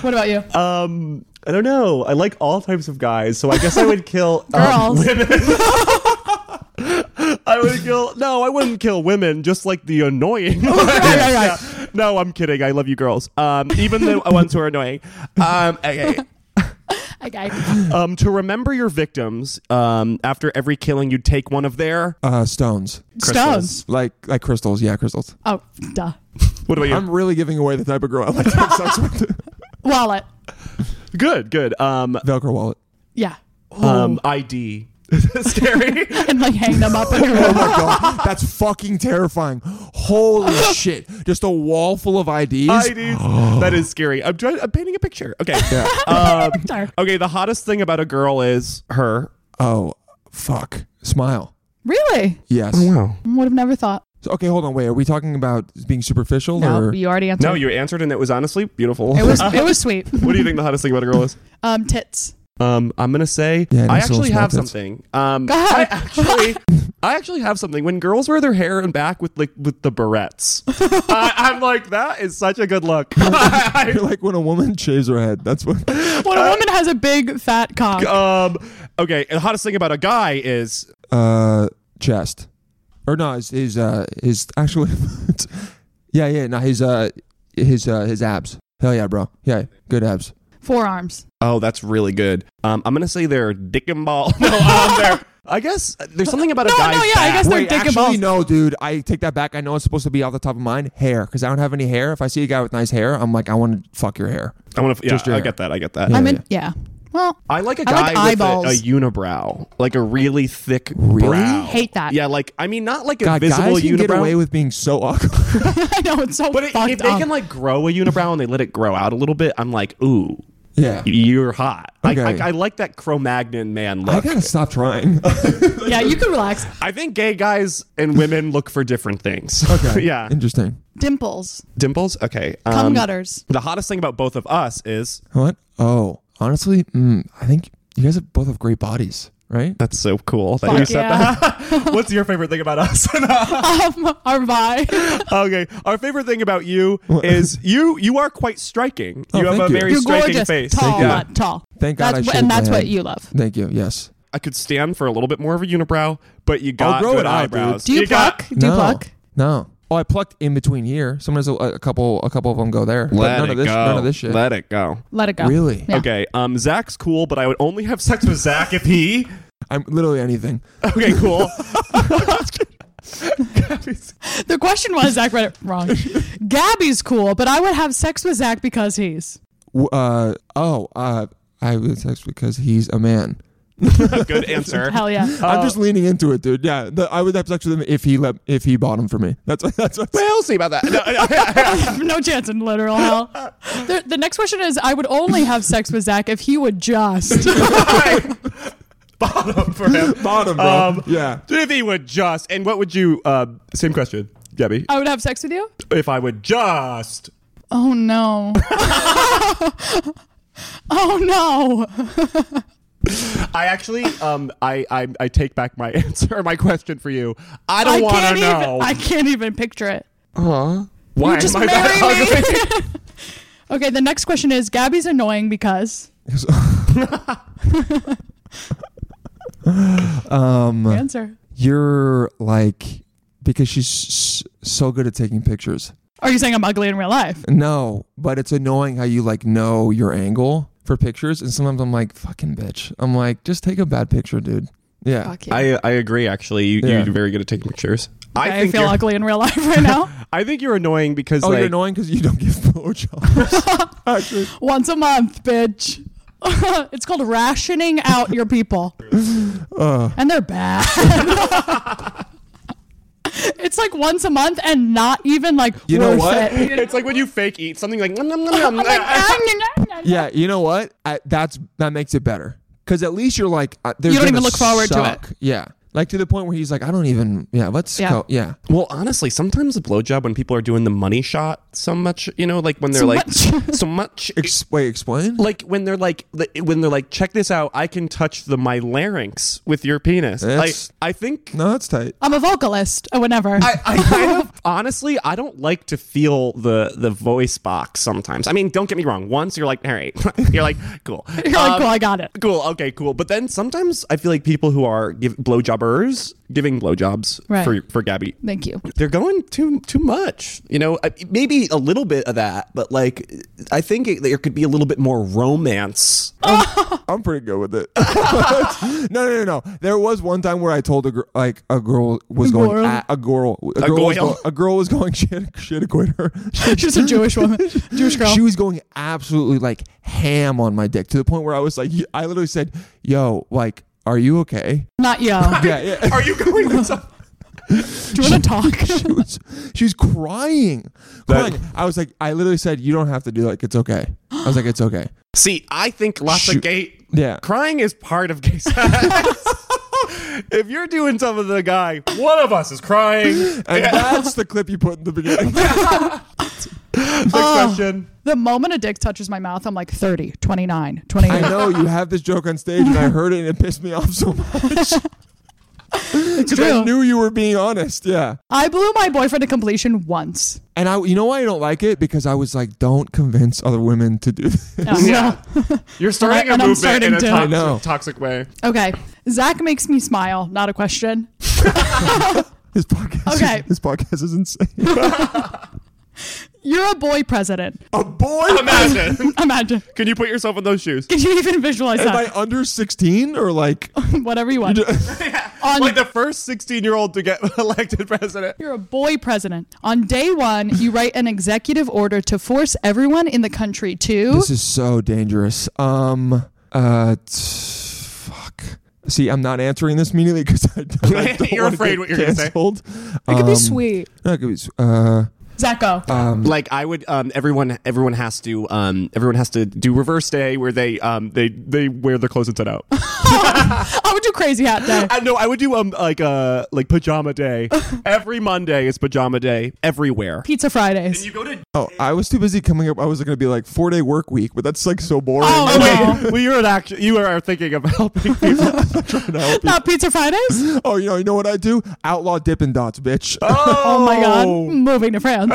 [SPEAKER 2] What about you?
[SPEAKER 1] Um, I don't know. I like all types of guys, so I guess I would kill um,
[SPEAKER 2] Girls.
[SPEAKER 1] I would kill. No, I wouldn't kill women. Just like the annoying.
[SPEAKER 2] right, right, right.
[SPEAKER 1] Yeah. No, I'm kidding. I love you, girls. Um, even the ones who are annoying. Um, okay.
[SPEAKER 2] Okay.
[SPEAKER 1] Um, to remember your victims, um, after every killing, you'd take one of their.
[SPEAKER 3] uh, stones,
[SPEAKER 2] Stones.
[SPEAKER 3] like like crystals. Yeah, crystals.
[SPEAKER 2] Oh, duh.
[SPEAKER 1] What about you?
[SPEAKER 3] I'm really giving away the type of girl I like. to have sex with.
[SPEAKER 2] Wallet.
[SPEAKER 1] good, good. Um,
[SPEAKER 3] Velcro wallet.
[SPEAKER 2] Yeah. Oh.
[SPEAKER 1] um, ID. Scary.
[SPEAKER 2] And like hang them up in your room.
[SPEAKER 3] Oh my god, that's fucking terrifying. Holy shit! Just a wall full of IDs.
[SPEAKER 1] IDs.
[SPEAKER 2] Oh.
[SPEAKER 1] That is scary. I'm trying. I'm painting a picture. Okay. Um, okay. The hottest thing about a girl is her.
[SPEAKER 3] Oh fuck! Smile.
[SPEAKER 2] Really?
[SPEAKER 3] Yes.
[SPEAKER 1] Wow.
[SPEAKER 2] Would have never thought.
[SPEAKER 3] So- okay, hold on. Wait, are we talking about being superficial
[SPEAKER 2] No,
[SPEAKER 3] or
[SPEAKER 2] you already answered.
[SPEAKER 1] No, you answered, and it was honestly beautiful.
[SPEAKER 2] It was it was sweet.
[SPEAKER 1] what do you think the hottest thing about a girl is?
[SPEAKER 2] Um, tits.
[SPEAKER 1] Um, I'm gonna say
[SPEAKER 3] Yeah,
[SPEAKER 1] I
[SPEAKER 3] nice little
[SPEAKER 1] actually
[SPEAKER 3] small
[SPEAKER 1] have
[SPEAKER 3] tits.
[SPEAKER 1] something. Um,
[SPEAKER 2] Go ahead.
[SPEAKER 1] I actually, I actually have something. When girls wear their hair and back with like with the barrettes, I, I'm like that is such a good look.
[SPEAKER 3] Oh, you're like when a woman shaves her head? That's what.
[SPEAKER 2] When a woman has a big fat cock,
[SPEAKER 1] um, okay. The hottest thing about a guy is
[SPEAKER 3] Uh, chest, or no? His his uh his actually. it's- yeah, yeah. No, his uh his uh his abs. Hell yeah, bro. Yeah, good abs.
[SPEAKER 2] forearms.
[SPEAKER 1] Oh, that's really good. Um, I'm gonna say they're dick and ball. No, um, they're, I guess uh, there's something about a
[SPEAKER 2] No,
[SPEAKER 1] guy's
[SPEAKER 2] no, yeah, I
[SPEAKER 1] back.
[SPEAKER 2] guess They're
[SPEAKER 3] Wait,
[SPEAKER 2] dick and balls.
[SPEAKER 3] actually, no, dude. I take that back. I know it's supposed to be off the top of mine. Hair, because I don't have any hair. If I see a guy with nice hair, I'm like, I want to fuck your hair.
[SPEAKER 1] I want to. Yeah,
[SPEAKER 3] Just your
[SPEAKER 1] I
[SPEAKER 3] hair.
[SPEAKER 1] get that. I get that.
[SPEAKER 3] Yeah.
[SPEAKER 2] I mean, yeah. Well,
[SPEAKER 1] I like a
[SPEAKER 2] I
[SPEAKER 1] guy
[SPEAKER 2] like
[SPEAKER 1] with a-
[SPEAKER 2] eyeballs.
[SPEAKER 1] a, unibrow, like a really thick
[SPEAKER 3] Really?
[SPEAKER 1] brow.
[SPEAKER 2] Hate that.
[SPEAKER 1] Yeah, like I mean, not like a
[SPEAKER 3] God,
[SPEAKER 1] visible
[SPEAKER 3] guys can
[SPEAKER 1] unibrow.
[SPEAKER 3] get away with being so awkward.
[SPEAKER 2] I know it's so
[SPEAKER 1] but it,
[SPEAKER 2] fucked
[SPEAKER 1] if they
[SPEAKER 2] up.
[SPEAKER 1] can like grow a unibrow and they let it grow out a little bit, I'm like, ooh,
[SPEAKER 3] yeah.
[SPEAKER 1] you're hot. I,
[SPEAKER 3] Okay.
[SPEAKER 1] I, I like that Cro-Magnon man
[SPEAKER 3] I
[SPEAKER 1] look. I,
[SPEAKER 3] gotta stop trying.
[SPEAKER 2] yeah, you can relax.
[SPEAKER 1] think gay guys and women look for different things.
[SPEAKER 3] Okay.
[SPEAKER 1] yeah.
[SPEAKER 3] Interesting.
[SPEAKER 2] Dimples,
[SPEAKER 1] Dimples. Okay.
[SPEAKER 2] cum
[SPEAKER 1] um,
[SPEAKER 2] gutters.
[SPEAKER 1] The hottest thing about both of us is
[SPEAKER 3] What? Oh, honestly, mm, I think you guys have both have great bodies, right?
[SPEAKER 1] That's so cool that
[SPEAKER 2] Fuck
[SPEAKER 1] you said
[SPEAKER 2] yeah.
[SPEAKER 1] that. What's your favorite thing about us?
[SPEAKER 2] Um, our vibe.
[SPEAKER 1] okay, our favorite thing about you is you. You are quite striking.
[SPEAKER 3] Oh,
[SPEAKER 1] you have
[SPEAKER 3] thank
[SPEAKER 1] a
[SPEAKER 3] you.
[SPEAKER 1] very
[SPEAKER 2] You're
[SPEAKER 1] striking
[SPEAKER 2] gorgeous,
[SPEAKER 1] face.
[SPEAKER 2] tall,
[SPEAKER 3] you.
[SPEAKER 2] but tall.
[SPEAKER 3] Thank God
[SPEAKER 2] That's
[SPEAKER 3] I
[SPEAKER 2] wh- and
[SPEAKER 3] shaved my
[SPEAKER 2] that's what
[SPEAKER 3] head.
[SPEAKER 2] you love.
[SPEAKER 3] Thank you. Yes.
[SPEAKER 1] I could stand for a little bit more of a unibrow, but you got
[SPEAKER 3] grow
[SPEAKER 1] good
[SPEAKER 3] it out,
[SPEAKER 1] eyebrows.
[SPEAKER 2] Do you,
[SPEAKER 1] got-
[SPEAKER 2] pluck? Do you
[SPEAKER 3] no,
[SPEAKER 2] pluck?
[SPEAKER 3] No. Oh, I plucked in between here. Sometimes a, a couple, a couple of them go there. But
[SPEAKER 1] Let
[SPEAKER 3] none
[SPEAKER 1] it
[SPEAKER 3] of this,
[SPEAKER 1] go.
[SPEAKER 3] none of this shit.
[SPEAKER 1] Let it go.
[SPEAKER 2] Let it go.
[SPEAKER 3] Really?
[SPEAKER 2] Yeah.
[SPEAKER 1] Okay, um, Zach's cool, but I would only have sex with Zach if he.
[SPEAKER 3] I'm literally anything.
[SPEAKER 1] Okay, cool.
[SPEAKER 2] The question was Zach read it wrong. Gabby's cool, but I would have sex with Zach because he's.
[SPEAKER 3] W- Uh, oh, uh, I would sex because he's a man.
[SPEAKER 1] Good answer.
[SPEAKER 2] Hell yeah.
[SPEAKER 3] I'm
[SPEAKER 1] Oh.
[SPEAKER 3] just leaning into it, dude. Yeah, the, I would have sex with him if he let, if he bought him for me. That's that's what
[SPEAKER 1] Well, see about that. No,
[SPEAKER 2] no chance in literal hell. The, the next question is I would only have sex with Zach if he would just.
[SPEAKER 1] bottom for him.
[SPEAKER 3] bottom, bro.
[SPEAKER 1] Um,
[SPEAKER 3] yeah.
[SPEAKER 1] If he would just, and what would you? Uh, same question, Gabby.
[SPEAKER 2] I would have sex with you?
[SPEAKER 1] If I would just,
[SPEAKER 2] Oh no. oh no.
[SPEAKER 1] I actually, um, I, I, I take back my answer, my question for you. I don't want
[SPEAKER 2] can't
[SPEAKER 1] to know.
[SPEAKER 2] even I can't even picture it.
[SPEAKER 3] Aw.
[SPEAKER 1] Why
[SPEAKER 2] just
[SPEAKER 1] am I that
[SPEAKER 2] marry
[SPEAKER 1] ugly?
[SPEAKER 2] Okay, the next question is Gabby's annoying because
[SPEAKER 3] um,
[SPEAKER 2] answer.
[SPEAKER 3] you're like because she's s- so good at taking pictures.
[SPEAKER 2] Are you saying I'm ugly in real life?
[SPEAKER 3] No, but it's annoying how you like know your angle for pictures, and sometimes I'm like, fucking bitch. I'm like, just take a bad picture, dude. Yeah.
[SPEAKER 2] Fuck you. I,
[SPEAKER 1] I, I agree. Actually, you,
[SPEAKER 3] Yeah.
[SPEAKER 1] you're very good at taking pictures.
[SPEAKER 2] I,
[SPEAKER 1] I think
[SPEAKER 2] feel
[SPEAKER 1] you're,
[SPEAKER 2] ugly in real life right now.
[SPEAKER 1] I think you're annoying because
[SPEAKER 3] Oh,
[SPEAKER 1] like,
[SPEAKER 3] you're annoying because you don't give blowjobs. Actually,
[SPEAKER 2] Once a month, bitch. it's called rationing out your people.
[SPEAKER 3] Uh.
[SPEAKER 2] and they're bad. it's like once a month and not even like
[SPEAKER 3] You know
[SPEAKER 2] worth
[SPEAKER 3] what?
[SPEAKER 2] it.
[SPEAKER 1] it's like when you fake eat something like, nom, nom, nom, nom.
[SPEAKER 2] I'm like, ah, nah, nah, nah.
[SPEAKER 3] yeah. You know what? I, that's that makes it better because at least you're like uh,
[SPEAKER 2] You don't even look forward to
[SPEAKER 3] to it. Yeah. Like to the point where he's like, I don't even. Yeah. Let's
[SPEAKER 2] Yeah.
[SPEAKER 3] go. Yeah.
[SPEAKER 1] Well, honestly, sometimes a blowjob when people are doing the money shot so much, you know, like when they're
[SPEAKER 2] So
[SPEAKER 1] like
[SPEAKER 2] much.
[SPEAKER 1] so much,
[SPEAKER 3] Ex- wait. Explain.
[SPEAKER 1] like when they're like li- when they're like, check this out, I can touch the my larynx with your penis. Like,
[SPEAKER 3] That's-
[SPEAKER 1] I think
[SPEAKER 3] no, that's tight.
[SPEAKER 2] I'm a vocalist or whatever.
[SPEAKER 1] I, I kind of honestly, I don't like to feel the the voice box sometimes. I mean, don't get me wrong. Once you're like, all right, you're like, cool,
[SPEAKER 2] You're like,
[SPEAKER 1] Um,
[SPEAKER 2] cool, I got it.
[SPEAKER 1] Cool. Okay. Cool. But then sometimes I feel like people who are give blowjobbers giving blowjobs
[SPEAKER 2] Right.
[SPEAKER 1] for for Gabby
[SPEAKER 2] Thank you.
[SPEAKER 1] they're going too too much. You know, I- maybe a little bit of that, but like I think it, there could be a little bit more romance.
[SPEAKER 3] I'm pretty good with it. no, no, no, no. There was one time where I told a girl, like a girl was going,
[SPEAKER 2] Girl.
[SPEAKER 3] at- a girl, a girl, was,
[SPEAKER 1] goyle.
[SPEAKER 3] go- a girl was going shit, shit equator. She-
[SPEAKER 2] She's a Jewish woman, Jewish girl.
[SPEAKER 3] She was going absolutely like ham on my dick to the point where I was like, I literally said, "Yo, like, are you okay?"
[SPEAKER 2] Not yo.
[SPEAKER 3] Yeah, yeah.
[SPEAKER 1] Are you going with some-
[SPEAKER 2] Do you want to talk?
[SPEAKER 3] she was, she was crying,
[SPEAKER 1] That-
[SPEAKER 3] crying. I was like, I literally said, "You don't have to do that. Like, it's okay." I was like, "It's okay."
[SPEAKER 1] See, I think lots
[SPEAKER 3] Shoot.
[SPEAKER 1] of gay
[SPEAKER 3] Yeah.
[SPEAKER 1] crying is part of gay sex. if you're doing some of the guy, one of us is crying.
[SPEAKER 3] And that's the clip you put in the beginning.
[SPEAKER 1] Next
[SPEAKER 2] Oh.
[SPEAKER 1] question.
[SPEAKER 2] The moment a dick touches my mouth, I'm like 30, 29, 28.
[SPEAKER 3] I know you have this joke on stage, and I heard it, and it pissed me off so much. Because I
[SPEAKER 2] true.
[SPEAKER 3] knew you were being honest, yeah.
[SPEAKER 2] I blew my boyfriend to completion once.
[SPEAKER 3] And I, you know why I don't like it? Because I was like, don't convince other women to do this.
[SPEAKER 2] No.
[SPEAKER 1] Yeah. You're starting
[SPEAKER 2] And I- and
[SPEAKER 1] a
[SPEAKER 2] I'm
[SPEAKER 1] movement
[SPEAKER 2] starting
[SPEAKER 1] in a
[SPEAKER 2] to.
[SPEAKER 1] toxic,
[SPEAKER 3] I know.
[SPEAKER 1] toxic way.
[SPEAKER 2] Okay. Zach makes me smile. Not a question.
[SPEAKER 3] This podcast,
[SPEAKER 2] Okay.
[SPEAKER 3] is, this podcast is insane.
[SPEAKER 2] You're a boy president.
[SPEAKER 3] A boy,
[SPEAKER 1] Imagine.
[SPEAKER 2] Imagine.
[SPEAKER 1] Can you put yourself in those shoes?
[SPEAKER 2] Can you even visualize
[SPEAKER 3] am I
[SPEAKER 2] that?
[SPEAKER 3] under sixteen or like?
[SPEAKER 2] Whatever you want. On,
[SPEAKER 1] Like the first 16 year old to get elected president.
[SPEAKER 2] you're a boy president. On day one, you write an executive order to force everyone in the country to.
[SPEAKER 3] This is so dangerous. Um, uh, t- fuck. See, I'm not answering this immediately because I don't, I don't
[SPEAKER 1] You're
[SPEAKER 3] wanna
[SPEAKER 1] afraid
[SPEAKER 3] get
[SPEAKER 1] what you're gonna say.
[SPEAKER 3] canceled.
[SPEAKER 2] it could be
[SPEAKER 3] Um,
[SPEAKER 2] sweet.
[SPEAKER 3] no, it could be s- Uh,
[SPEAKER 2] Zach, go.
[SPEAKER 1] like I would um everyone everyone has to um everyone has to do reverse day where they um they they wear their clothes inside out.
[SPEAKER 2] I would do crazy hat day.
[SPEAKER 1] I know I would do um like uh like pajama day. Every Monday is pajama day everywhere.
[SPEAKER 2] Pizza Fridays.
[SPEAKER 1] go to
[SPEAKER 3] Oh, I was too busy coming up. I was going to be like four day work week, but that's like so boring.
[SPEAKER 2] Oh,
[SPEAKER 1] Oh,
[SPEAKER 2] no.
[SPEAKER 1] wait, well you're an act you are thinking of helping people.
[SPEAKER 2] Not Pizza Fridays?
[SPEAKER 3] oh, you know, you know what I do? Outlaw Dippin' Dots, bitch.
[SPEAKER 2] Oh my god,
[SPEAKER 1] Mm.
[SPEAKER 2] moving to France.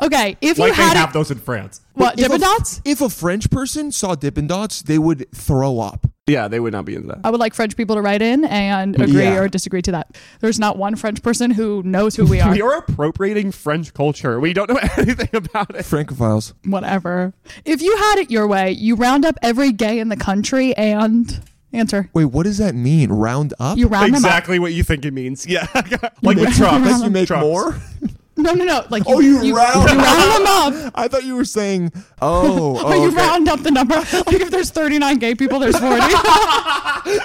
[SPEAKER 2] Okay, if you
[SPEAKER 1] Like they
[SPEAKER 2] had
[SPEAKER 1] have
[SPEAKER 2] a,
[SPEAKER 1] those in France.
[SPEAKER 2] what
[SPEAKER 3] If
[SPEAKER 2] Dippin'
[SPEAKER 3] a-
[SPEAKER 2] Dots?
[SPEAKER 3] If a French person saw Dippin' Dots, they would throw up.
[SPEAKER 1] Yeah, they would not be into that.
[SPEAKER 2] I would like French people to write in and agree
[SPEAKER 3] Yeah.
[SPEAKER 2] or disagree to that. There's not one French person who knows who we are.
[SPEAKER 1] We are appropriating French culture. We don't know anything about it.
[SPEAKER 3] Francophiles.
[SPEAKER 2] Whatever. If you had it your way, you round up every gay in the country and answer.
[SPEAKER 3] Wait, what does that mean? Round up?
[SPEAKER 2] You round them up.
[SPEAKER 1] Exactly what you think it means. Yeah. like with Trump.
[SPEAKER 3] Unless you make
[SPEAKER 1] Trumps.
[SPEAKER 3] more?
[SPEAKER 2] No, no, no. Like you,
[SPEAKER 3] Oh, you round
[SPEAKER 2] you
[SPEAKER 3] up.
[SPEAKER 2] round them up.
[SPEAKER 3] I thought you were saying, oh,
[SPEAKER 2] Or
[SPEAKER 3] oh
[SPEAKER 2] you
[SPEAKER 3] okay.
[SPEAKER 2] round up the number. Like if there's 39 gay people, there's 40. okay,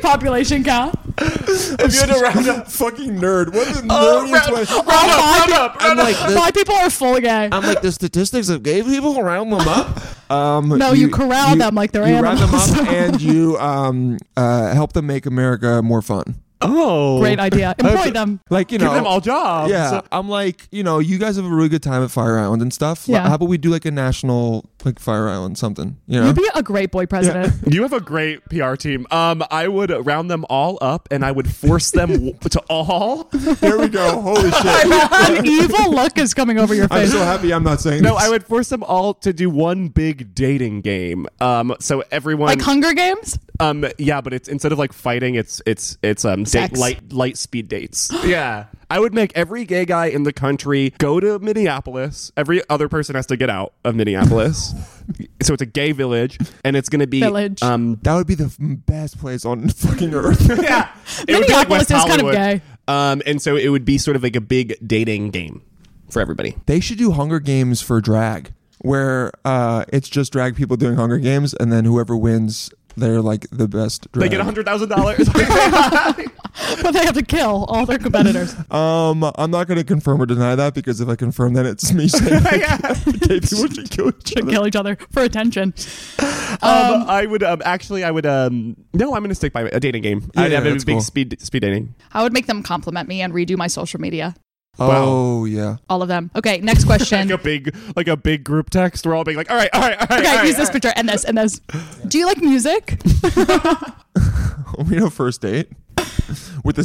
[SPEAKER 2] population count.
[SPEAKER 1] If you had to round up.
[SPEAKER 3] fucking nerd. What the
[SPEAKER 1] Oh, round,
[SPEAKER 3] nerdiest way-
[SPEAKER 1] round up, round up, round up.
[SPEAKER 3] like, the,
[SPEAKER 2] Five people are full gay.
[SPEAKER 3] I'm like, the statistics of gay people round them up. Um,
[SPEAKER 2] No, you corral them like they're
[SPEAKER 3] you round them
[SPEAKER 2] animals.
[SPEAKER 3] up and you um, uh, help them make America more fun.
[SPEAKER 1] Oh.
[SPEAKER 2] Great idea. Employ them.
[SPEAKER 3] Like, you
[SPEAKER 1] Give
[SPEAKER 3] know.
[SPEAKER 1] them all jobs.
[SPEAKER 3] yeah, I'm like, you know, you guys have a really good time at Fire Island and stuff.
[SPEAKER 2] Yeah.
[SPEAKER 3] How about we do like a national like Fire Island something? You know,
[SPEAKER 2] You'd be a great boy president.
[SPEAKER 1] You have a great PR team. Um, I would round them all up and I would force them w- to all.
[SPEAKER 3] there we go. Holy shit!
[SPEAKER 2] An evil look is coming over your face.
[SPEAKER 3] happy I'm not saying.
[SPEAKER 1] No, I would force them all to do one big dating game. Um, so everyone,
[SPEAKER 2] Like Hunger Games?
[SPEAKER 1] um, yeah, but it's instead of like fighting, it's it's it's um date,
[SPEAKER 2] Sex.
[SPEAKER 1] light light speed dates. yeah, I would make every gay guy in the country go to Minneapolis. Every other person has to get out of Minneapolis. so it's a gay village, and it's gonna be
[SPEAKER 2] Village.
[SPEAKER 1] Um,
[SPEAKER 3] That would be the f- best place on fucking earth.
[SPEAKER 1] yeah, it would be like
[SPEAKER 2] Minneapolis
[SPEAKER 1] West
[SPEAKER 2] is kind
[SPEAKER 1] Hollywood.
[SPEAKER 2] of gay.
[SPEAKER 1] Um, and so it would be sort of like a big dating game for everybody.
[SPEAKER 3] they should do Hunger Games for drag, where uh, it's just drag people doing Hunger Games, and then whoever wins, they're like the best. Drag.
[SPEAKER 1] They get hundred thousand dollars.
[SPEAKER 2] But they have to kill all their competitors.
[SPEAKER 3] Um, I'm not going to confirm or deny that because if I confirm that, it's me saying like, gay people should kill each
[SPEAKER 2] Should
[SPEAKER 3] other.
[SPEAKER 2] kill each other for attention.
[SPEAKER 1] Um, I would um, actually, I would. Um, no, I'm going to stick by a dating game.
[SPEAKER 3] Yeah,
[SPEAKER 1] I'd have a
[SPEAKER 3] that's
[SPEAKER 1] big
[SPEAKER 3] cool.
[SPEAKER 1] speed speed dating.
[SPEAKER 2] I would make them compliment me and redo my social media.
[SPEAKER 3] Oh yeah.
[SPEAKER 2] All of them. Okay, next question.
[SPEAKER 1] Like a big, like a big group text. We're all being like, all right, all right, all right. all
[SPEAKER 2] Okay,
[SPEAKER 1] right,
[SPEAKER 2] use
[SPEAKER 1] all
[SPEAKER 2] this picture and this and this. Do you like music?
[SPEAKER 3] we know first date with a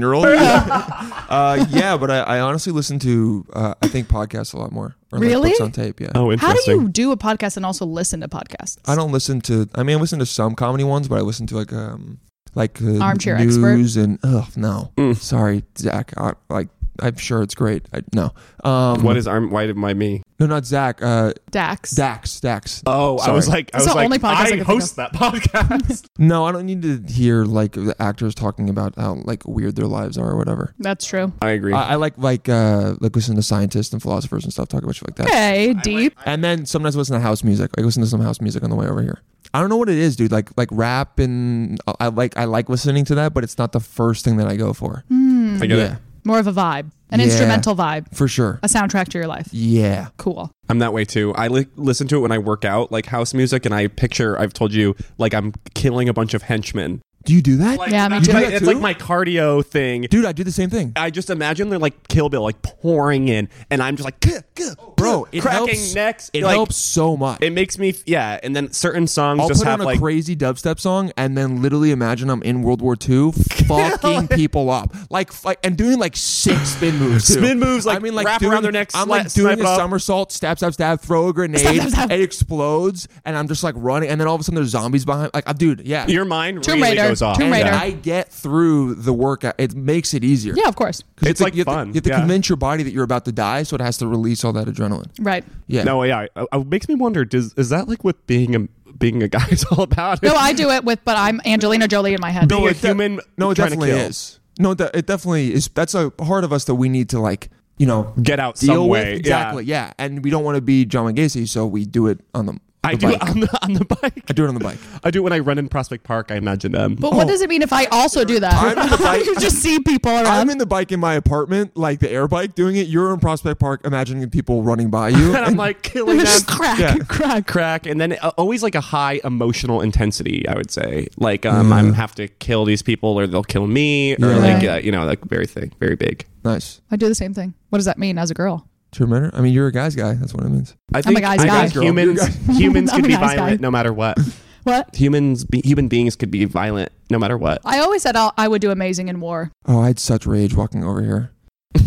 [SPEAKER 3] year old uh yeah but I, I honestly listen to uh, i think podcasts a lot more or like
[SPEAKER 2] Really?
[SPEAKER 3] books on tape yeah
[SPEAKER 1] right. Oh,
[SPEAKER 2] How
[SPEAKER 1] interesting.
[SPEAKER 2] do you do a podcast and also listen to podcasts?
[SPEAKER 3] i don't listen to i mean i listen to some comedy ones but i listen to like um like uh,
[SPEAKER 2] Armchair
[SPEAKER 3] news and oh no
[SPEAKER 1] Mm.
[SPEAKER 3] sorry zach I, like i'm sure it's great I, no um
[SPEAKER 1] What is arm? Why did my me?
[SPEAKER 3] no not zach uh
[SPEAKER 2] Dax.
[SPEAKER 3] dax dax
[SPEAKER 1] Oh, I
[SPEAKER 3] Sorry.
[SPEAKER 1] was like, I
[SPEAKER 2] It's
[SPEAKER 1] was
[SPEAKER 2] the
[SPEAKER 1] like,
[SPEAKER 2] only podcast I
[SPEAKER 1] I,
[SPEAKER 2] can think
[SPEAKER 1] host that podcast.
[SPEAKER 3] no i don't need to hear like the actors talking about how like weird their lives are or whatever
[SPEAKER 2] That's true.
[SPEAKER 1] I agree.
[SPEAKER 3] I, I like like uh like listen to scientists and philosophers and stuff talk about shit like that.
[SPEAKER 2] Okay, deep.
[SPEAKER 3] And then sometimes I listen to house music. I listen to some house music on the way over here. I don't know what it is, dude. Like like rap and uh, I- I like I like listening to that, but it's not the first thing that I go for.
[SPEAKER 2] Mm.
[SPEAKER 1] I get
[SPEAKER 3] yeah.
[SPEAKER 1] it.
[SPEAKER 2] More of a vibe, an
[SPEAKER 3] Yeah.
[SPEAKER 2] instrumental vibe,
[SPEAKER 3] For sure.
[SPEAKER 2] a soundtrack to your life.
[SPEAKER 3] Yeah.
[SPEAKER 2] Cool.
[SPEAKER 1] I'm that way too. I li- listen to it when I work out, like house music, and I picture. I've told you, like I'm killing a bunch of henchmen.
[SPEAKER 3] Do you do that?
[SPEAKER 1] Like,
[SPEAKER 2] Yeah, me
[SPEAKER 1] that's
[SPEAKER 2] too.
[SPEAKER 1] my-
[SPEAKER 3] You do that
[SPEAKER 1] It's like
[SPEAKER 3] too?
[SPEAKER 1] my cardio thing.
[SPEAKER 3] Dude, I do the same thing.
[SPEAKER 1] I just imagine they're like Kill Bill, like pouring in, and I'm just like, "Gah, gah,
[SPEAKER 3] Bro, it
[SPEAKER 1] cracking
[SPEAKER 3] helps.
[SPEAKER 1] necks.
[SPEAKER 3] It
[SPEAKER 1] like,
[SPEAKER 3] helps so much.
[SPEAKER 1] It makes me, yeah. And then certain songs
[SPEAKER 3] I'll
[SPEAKER 1] just
[SPEAKER 3] put on
[SPEAKER 1] have
[SPEAKER 3] a
[SPEAKER 1] like,
[SPEAKER 3] crazy dubstep song and then literally imagine I'm in World War II, fucking people up, like, like and doing like six spin moves, too.
[SPEAKER 1] Spin moves, like, wrap around their neck,
[SPEAKER 3] I'm
[SPEAKER 1] sla-
[SPEAKER 3] like doing
[SPEAKER 1] snipe
[SPEAKER 3] a
[SPEAKER 1] up.
[SPEAKER 3] somersault, stab, stab, stab, throw a grenade,
[SPEAKER 2] Stab, stab, stab.
[SPEAKER 3] it explodes, and I'm just like running, and then all of a sudden there's zombies behind. Like, uh, dude, yeah,
[SPEAKER 1] your mind
[SPEAKER 2] Tomb
[SPEAKER 1] really
[SPEAKER 2] Raider.
[SPEAKER 1] goes off.
[SPEAKER 2] Tomb
[SPEAKER 3] and
[SPEAKER 2] Raider.
[SPEAKER 3] I get through the workout. It makes it easier.
[SPEAKER 2] Yeah, of course.
[SPEAKER 3] 'Cause you
[SPEAKER 1] It's
[SPEAKER 3] have to-
[SPEAKER 1] like
[SPEAKER 3] you have to-
[SPEAKER 1] fun,
[SPEAKER 3] you have to
[SPEAKER 1] yeah.
[SPEAKER 3] convince your body that you're about to die, so it has to release all that adrenaline.
[SPEAKER 2] Right.
[SPEAKER 3] Yeah,
[SPEAKER 1] No, yeah. It, it makes me wonder. Does is that like what being a being a guy is all about?
[SPEAKER 2] No, I do it with, but I'm Angelina Jolie in my head.
[SPEAKER 1] Bill-
[SPEAKER 3] No,
[SPEAKER 1] a
[SPEAKER 3] it de-
[SPEAKER 1] human
[SPEAKER 3] No, it
[SPEAKER 1] trying to
[SPEAKER 3] definitely
[SPEAKER 1] kill.
[SPEAKER 3] is. No, it de- it definitely is. That's a part of us that we need to like, you know,
[SPEAKER 1] Get out
[SPEAKER 3] deal
[SPEAKER 1] some
[SPEAKER 3] with.
[SPEAKER 1] way.
[SPEAKER 3] Exactly.
[SPEAKER 1] Yeah.
[SPEAKER 3] Yeah. and we don't want to be John Wayne Gacy, so we do it on the.
[SPEAKER 1] I
[SPEAKER 3] the
[SPEAKER 1] do it
[SPEAKER 3] bike.
[SPEAKER 1] on the on the bike.
[SPEAKER 3] I do it on the bike.
[SPEAKER 1] I do it when I run in Prospect Park. I imagine um,
[SPEAKER 2] but
[SPEAKER 3] Oh.
[SPEAKER 2] what does it mean if I also do that?
[SPEAKER 3] I'm in the bike.
[SPEAKER 2] you just see people around.
[SPEAKER 3] I'm in the bike in my apartment, like the air bike, doing it. You're in Prospect Park, imagining people running by you.
[SPEAKER 1] and I'm like killing them.
[SPEAKER 2] just crack,
[SPEAKER 3] Yeah.
[SPEAKER 2] crack.
[SPEAKER 1] crack and then uh, always like a high emotional intensity i would say like um i'm have to kill these people or they'll kill me or
[SPEAKER 3] Yeah.
[SPEAKER 1] like
[SPEAKER 2] Right.
[SPEAKER 1] uh, you know like very thing very big
[SPEAKER 3] nice.
[SPEAKER 2] I do the same thing. What does that mean as a girl?
[SPEAKER 3] True matter. I mean, you're a guy's guy. That's what it means.
[SPEAKER 1] i
[SPEAKER 2] I'm a guy's
[SPEAKER 1] I
[SPEAKER 2] guy.
[SPEAKER 1] think
[SPEAKER 2] Girl.
[SPEAKER 1] humans humans
[SPEAKER 2] I'm
[SPEAKER 1] could
[SPEAKER 2] a
[SPEAKER 1] be
[SPEAKER 2] guy's guy.
[SPEAKER 1] violent no matter what
[SPEAKER 2] What?
[SPEAKER 1] humans be, human beings could be violent no matter what
[SPEAKER 2] I always said I'll, I would do amazing in war.
[SPEAKER 3] Oh, I had such rage walking over here.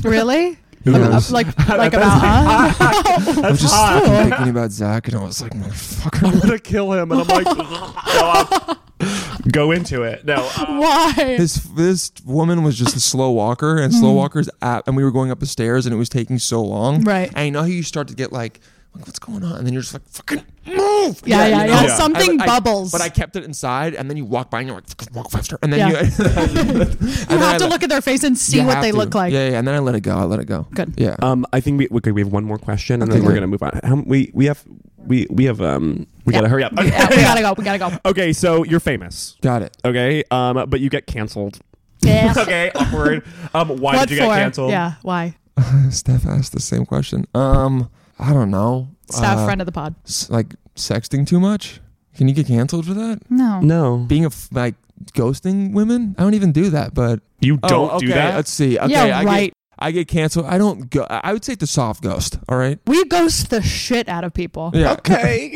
[SPEAKER 2] Really?
[SPEAKER 3] Who
[SPEAKER 2] Like, uh,
[SPEAKER 3] knows? Ah.
[SPEAKER 2] like, like about us.
[SPEAKER 3] I'm
[SPEAKER 1] That's
[SPEAKER 3] just
[SPEAKER 1] hot.
[SPEAKER 3] fucking thinking about Zach, and I was like,
[SPEAKER 1] I'm
[SPEAKER 3] motherfucker.
[SPEAKER 1] gonna kill him, and I'm like, "Ugh." go into it. No, uh,
[SPEAKER 2] Why?
[SPEAKER 3] This this woman was just a slow walker, and
[SPEAKER 2] Mm-hmm.
[SPEAKER 3] slow walkers app, and we were going up the stairs, and it was taking so long.
[SPEAKER 2] Right.
[SPEAKER 3] And you know how you start to get like, like, what's going on, and then you're just like, fucking move.
[SPEAKER 2] Yeah, yeah,
[SPEAKER 3] you
[SPEAKER 2] yeah.
[SPEAKER 3] know?
[SPEAKER 1] Yeah.
[SPEAKER 2] Something
[SPEAKER 3] I- I-
[SPEAKER 2] bubbles.
[SPEAKER 3] But I kept it inside, and then you walk by, and you're like, fucking walk faster, and then
[SPEAKER 2] Yeah.
[SPEAKER 3] you.
[SPEAKER 2] you have to look at their face and see what they look like.
[SPEAKER 3] Yeah, yeah, and then I let it go. I let it go.
[SPEAKER 2] Good.
[SPEAKER 3] Yeah.
[SPEAKER 1] um, I think we okay. We have one more question, and then
[SPEAKER 3] Okay,
[SPEAKER 1] we're
[SPEAKER 3] great.
[SPEAKER 1] gonna move on. How- we we have we we have um we
[SPEAKER 2] Yeah.
[SPEAKER 1] gotta hurry up.
[SPEAKER 2] Yeah, we gotta go. We gotta go.
[SPEAKER 1] Okay, so you're famous.
[SPEAKER 3] Got it.
[SPEAKER 1] Okay, um, but you get canceled.
[SPEAKER 2] Yeah.
[SPEAKER 1] okay, awkward. Um, why
[SPEAKER 2] what
[SPEAKER 1] did you
[SPEAKER 2] for?
[SPEAKER 1] get canceled?
[SPEAKER 2] Yeah. Why?
[SPEAKER 3] Steph asked the same question. Um, I don't know.
[SPEAKER 2] Staff
[SPEAKER 3] Uh,
[SPEAKER 2] friend of the pod.
[SPEAKER 3] s- like sexting too much. Can you get canceled for that?
[SPEAKER 2] No.
[SPEAKER 1] No,
[SPEAKER 3] Being a f- like ghosting women. I don't even do that, but
[SPEAKER 1] you don't
[SPEAKER 3] Oh,
[SPEAKER 1] do
[SPEAKER 3] okay,
[SPEAKER 1] that.
[SPEAKER 3] Let's see. Okay,
[SPEAKER 2] yeah.
[SPEAKER 3] I
[SPEAKER 2] right.
[SPEAKER 3] Get, I get canceled. I don't go. I I would say it's a soft ghost. All right.
[SPEAKER 2] we ghost the shit out of people.
[SPEAKER 3] Yeah.
[SPEAKER 1] okay.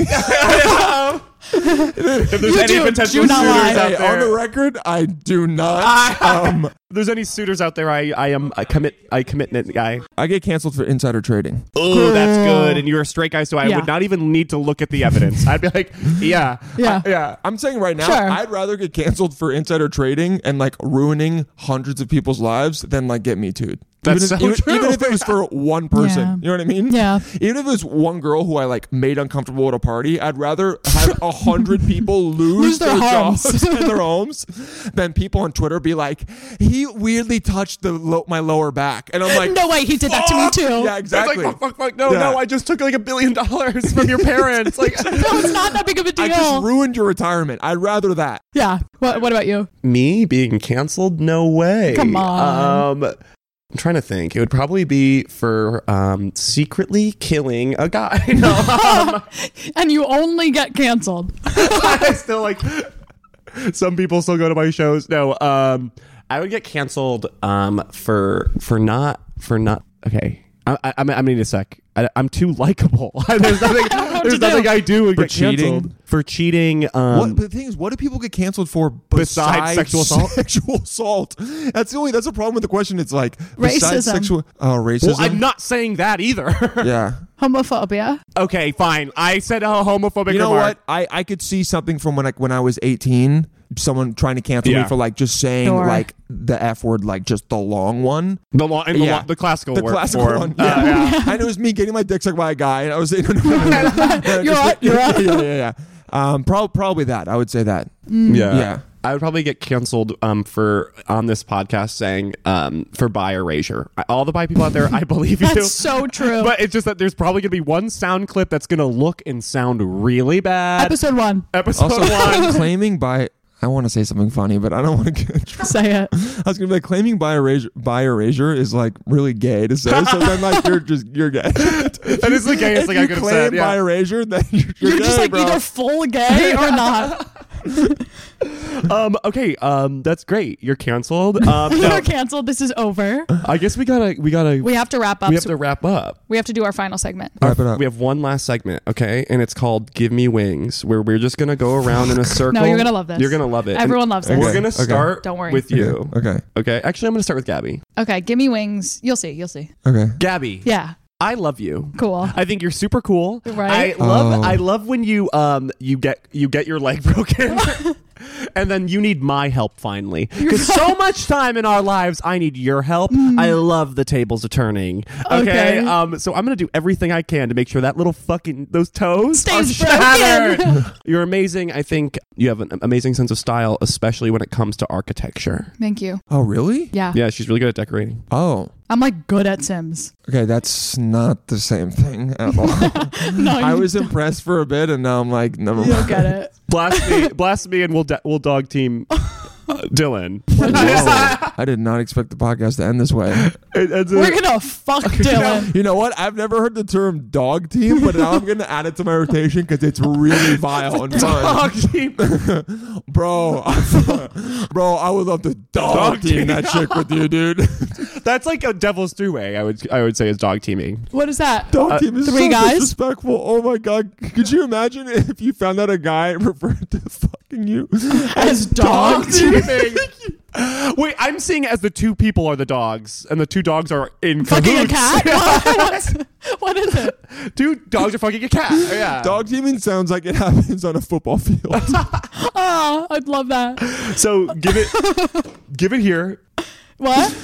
[SPEAKER 1] if there's
[SPEAKER 2] You
[SPEAKER 1] any
[SPEAKER 2] do-
[SPEAKER 1] potential
[SPEAKER 2] do not
[SPEAKER 1] suitors
[SPEAKER 2] lie.
[SPEAKER 1] out
[SPEAKER 3] Hey, on
[SPEAKER 1] there,
[SPEAKER 3] the record, I do not. um,
[SPEAKER 1] if there's any suitors out there, I, I am I commit I commit that guy.
[SPEAKER 3] I get canceled for insider trading.
[SPEAKER 1] Oh, that's good. And you're a straight guy, so I
[SPEAKER 2] Yeah.
[SPEAKER 1] would not even need to look at the evidence. I'd be like, yeah,
[SPEAKER 2] Yeah.
[SPEAKER 3] Yeah, I'm saying right now,
[SPEAKER 2] Sure.
[SPEAKER 3] I'd rather get canceled for insider trading and like ruining hundreds of people's lives than like get me too.
[SPEAKER 1] That's
[SPEAKER 3] even,
[SPEAKER 1] so
[SPEAKER 3] if,
[SPEAKER 1] true.
[SPEAKER 3] even if it was for one person,
[SPEAKER 2] Yeah.
[SPEAKER 3] you know what I mean?
[SPEAKER 2] Yeah.
[SPEAKER 3] Even if it was one girl who I like made uncomfortable at a party, I'd rather have a hundred people lose,
[SPEAKER 2] Lose their homes.
[SPEAKER 3] jobs and their homes than people on Twitter be like, "He weirdly touched the lo- my lower back," and I'm like,
[SPEAKER 2] No way. He did that to me
[SPEAKER 3] "Fuck!"
[SPEAKER 2] too.
[SPEAKER 3] Yeah, exactly.
[SPEAKER 1] It's like, oh, fuck, fuck, fuck. No,
[SPEAKER 3] Yeah.
[SPEAKER 1] no, I just took like a billion dollars from your parents. Like,
[SPEAKER 2] No, it's not that big of a deal.
[SPEAKER 3] I just ruined your retirement. I'd rather that.
[SPEAKER 2] yeah. What, what about you?
[SPEAKER 1] me being canceled? No way.
[SPEAKER 2] Come on.
[SPEAKER 1] Um, I'm trying to think. It would probably be for um, secretly killing a guy. No, um,
[SPEAKER 2] And you only get canceled.
[SPEAKER 1] I still like. Some people still go to my shows. No, um, I would get canceled um, for for not for not. Okay, I, I, I'm I'm need a sec. I, I'm too likable. there's nothing.
[SPEAKER 2] to
[SPEAKER 1] there's
[SPEAKER 2] do.
[SPEAKER 1] nothing I do would
[SPEAKER 3] For
[SPEAKER 1] get canceled
[SPEAKER 3] cheating?
[SPEAKER 1] for cheating. Um,
[SPEAKER 3] What, but the thing is, what do people get canceled for
[SPEAKER 1] Besides
[SPEAKER 3] besides,
[SPEAKER 1] sexual assault?
[SPEAKER 3] sexual assault? That's the only. That's the problem with the question. It's like besides
[SPEAKER 2] Racism.
[SPEAKER 3] sexual. Oh,
[SPEAKER 1] Well,
[SPEAKER 3] racism.
[SPEAKER 1] I'm not saying that either.
[SPEAKER 3] yeah.
[SPEAKER 2] Homophobia.
[SPEAKER 1] okay, fine. I said a homophobic
[SPEAKER 3] You know
[SPEAKER 1] remark.
[SPEAKER 3] what? I, I could see something from when I, when I was 18. Someone trying to cancel
[SPEAKER 1] Yeah.
[SPEAKER 3] me for like just saying
[SPEAKER 2] Sure.
[SPEAKER 3] like the f word, like just the long one,
[SPEAKER 1] The law and the,
[SPEAKER 3] Yeah.
[SPEAKER 1] law, the classical
[SPEAKER 3] the
[SPEAKER 1] word
[SPEAKER 3] classical
[SPEAKER 1] for-
[SPEAKER 3] one.
[SPEAKER 1] uh,
[SPEAKER 3] Yeah. and it was me getting my dick sucked by a guy, and I was saying, no, no, no, no, no. Just
[SPEAKER 2] You're
[SPEAKER 3] like-
[SPEAKER 2] up, you're up.
[SPEAKER 3] yeah, yeah, yeah. yeah. Um, prob- probably that. I would say that.
[SPEAKER 1] yeah.
[SPEAKER 3] Yeah.
[SPEAKER 1] I would probably get canceled um, for on this podcast saying um, for bi erasure. I- All the bi people out there, I believe you.
[SPEAKER 2] That's so true.
[SPEAKER 1] But it's just that there's probably gonna be one sound clip that's gonna look and sound really bad.
[SPEAKER 2] Episode one.
[SPEAKER 1] Episode
[SPEAKER 3] Also,
[SPEAKER 1] one.
[SPEAKER 3] claiming by. I want to say something funny, but I don't want to get.
[SPEAKER 2] Say it.
[SPEAKER 3] I was gonna be like claiming by erasure, by erasure is like really gay to say. So then like you're just you're gay.
[SPEAKER 1] That is the gayest
[SPEAKER 3] If
[SPEAKER 1] thing I
[SPEAKER 3] you
[SPEAKER 1] could have
[SPEAKER 3] claim
[SPEAKER 1] said.
[SPEAKER 3] by
[SPEAKER 1] Yeah.
[SPEAKER 3] erasure, then you're, you're,
[SPEAKER 2] You're,
[SPEAKER 3] gay,
[SPEAKER 2] just like
[SPEAKER 3] bro.
[SPEAKER 2] either full gay or not.
[SPEAKER 1] Um, okay. Um, that's great. You're canceled. Um,
[SPEAKER 2] You're
[SPEAKER 1] no,
[SPEAKER 2] canceled. This is over.
[SPEAKER 1] I guess we gotta we gotta
[SPEAKER 2] We have to wrap up.
[SPEAKER 1] we have
[SPEAKER 2] so
[SPEAKER 1] to wrap up.
[SPEAKER 2] we have to do our final segment.
[SPEAKER 3] Wrap it up.
[SPEAKER 1] Uh, We have one last segment, okay? And it's called Give Me Wings, where we're just going to go around in a circle.
[SPEAKER 2] No, you're gonna love this.
[SPEAKER 1] You're going to love it.
[SPEAKER 2] Everyone loves
[SPEAKER 1] And
[SPEAKER 2] this.
[SPEAKER 1] We're going to
[SPEAKER 3] Okay.
[SPEAKER 1] start
[SPEAKER 2] Don't worry.
[SPEAKER 1] with you.
[SPEAKER 3] Okay. okay.
[SPEAKER 1] Okay. Actually, I'm going to start with Gabby.
[SPEAKER 2] Okay, give me wings. You'll see. You'll see.
[SPEAKER 3] Okay.
[SPEAKER 1] Gabby,
[SPEAKER 2] Yeah.
[SPEAKER 1] I love you.
[SPEAKER 2] Cool.
[SPEAKER 1] I think you're super cool.
[SPEAKER 2] Right?
[SPEAKER 1] I love
[SPEAKER 3] Oh.
[SPEAKER 1] I love when you um you get you get your leg broken. and then you need my help finally. Cuz so much time in our lives I need your help. I love the tables are turning. Okay?
[SPEAKER 2] Hmm. Okay.
[SPEAKER 1] Um so I'm going to do everything I can to make sure that little fucking those toes
[SPEAKER 2] Stays
[SPEAKER 1] are
[SPEAKER 2] broken.
[SPEAKER 1] shattered. you're amazing. I think you have an amazing sense of style especially when it comes to architecture.
[SPEAKER 2] Thank you.
[SPEAKER 3] Oh really?
[SPEAKER 2] Yeah.
[SPEAKER 1] Yeah, she's really good at decorating.
[SPEAKER 3] Oh.
[SPEAKER 2] I'm like good at Sims.
[SPEAKER 3] Okay. That's not the same thing at all.
[SPEAKER 2] No,
[SPEAKER 3] I
[SPEAKER 2] you
[SPEAKER 3] was impressed for a bit, and now I'm like, never mind.
[SPEAKER 2] don't get it.
[SPEAKER 1] Blast me, blast me and we'll de- we'll dog team uh, Dylan.
[SPEAKER 3] Whoa. I did not expect the podcast to end this way.
[SPEAKER 1] It- it's a-
[SPEAKER 2] We're gonna fuck Dylan.
[SPEAKER 3] You know what? I've never heard the term dog team, but now I'm gonna add it to my rotation because it's really vile and fun.
[SPEAKER 1] Dog team.
[SPEAKER 3] Bro, bro, I would love to dog,
[SPEAKER 1] Dog
[SPEAKER 3] team,
[SPEAKER 1] team.
[SPEAKER 3] that chick with you, dude.
[SPEAKER 1] That's like a devil's three-way. I would I would say is dog teaming.
[SPEAKER 2] What is that?
[SPEAKER 3] Dog team is
[SPEAKER 2] three
[SPEAKER 3] so
[SPEAKER 2] guys?
[SPEAKER 3] disrespectful. Oh my god, could you imagine if you found out a guy referred to fuck asking you
[SPEAKER 2] As dogs?
[SPEAKER 1] Teaming. Wait, I'm seeing as the two people are the dogs, and the two dogs are in
[SPEAKER 2] Fucking a
[SPEAKER 1] cahoots.
[SPEAKER 2] cat? What? what is it?
[SPEAKER 1] two dogs are fucking a cat. Oh, yeah.
[SPEAKER 3] Dog teaming sounds like it happens on a football field.
[SPEAKER 2] Oh, I'd love that.
[SPEAKER 1] So give it, give it here.
[SPEAKER 2] What?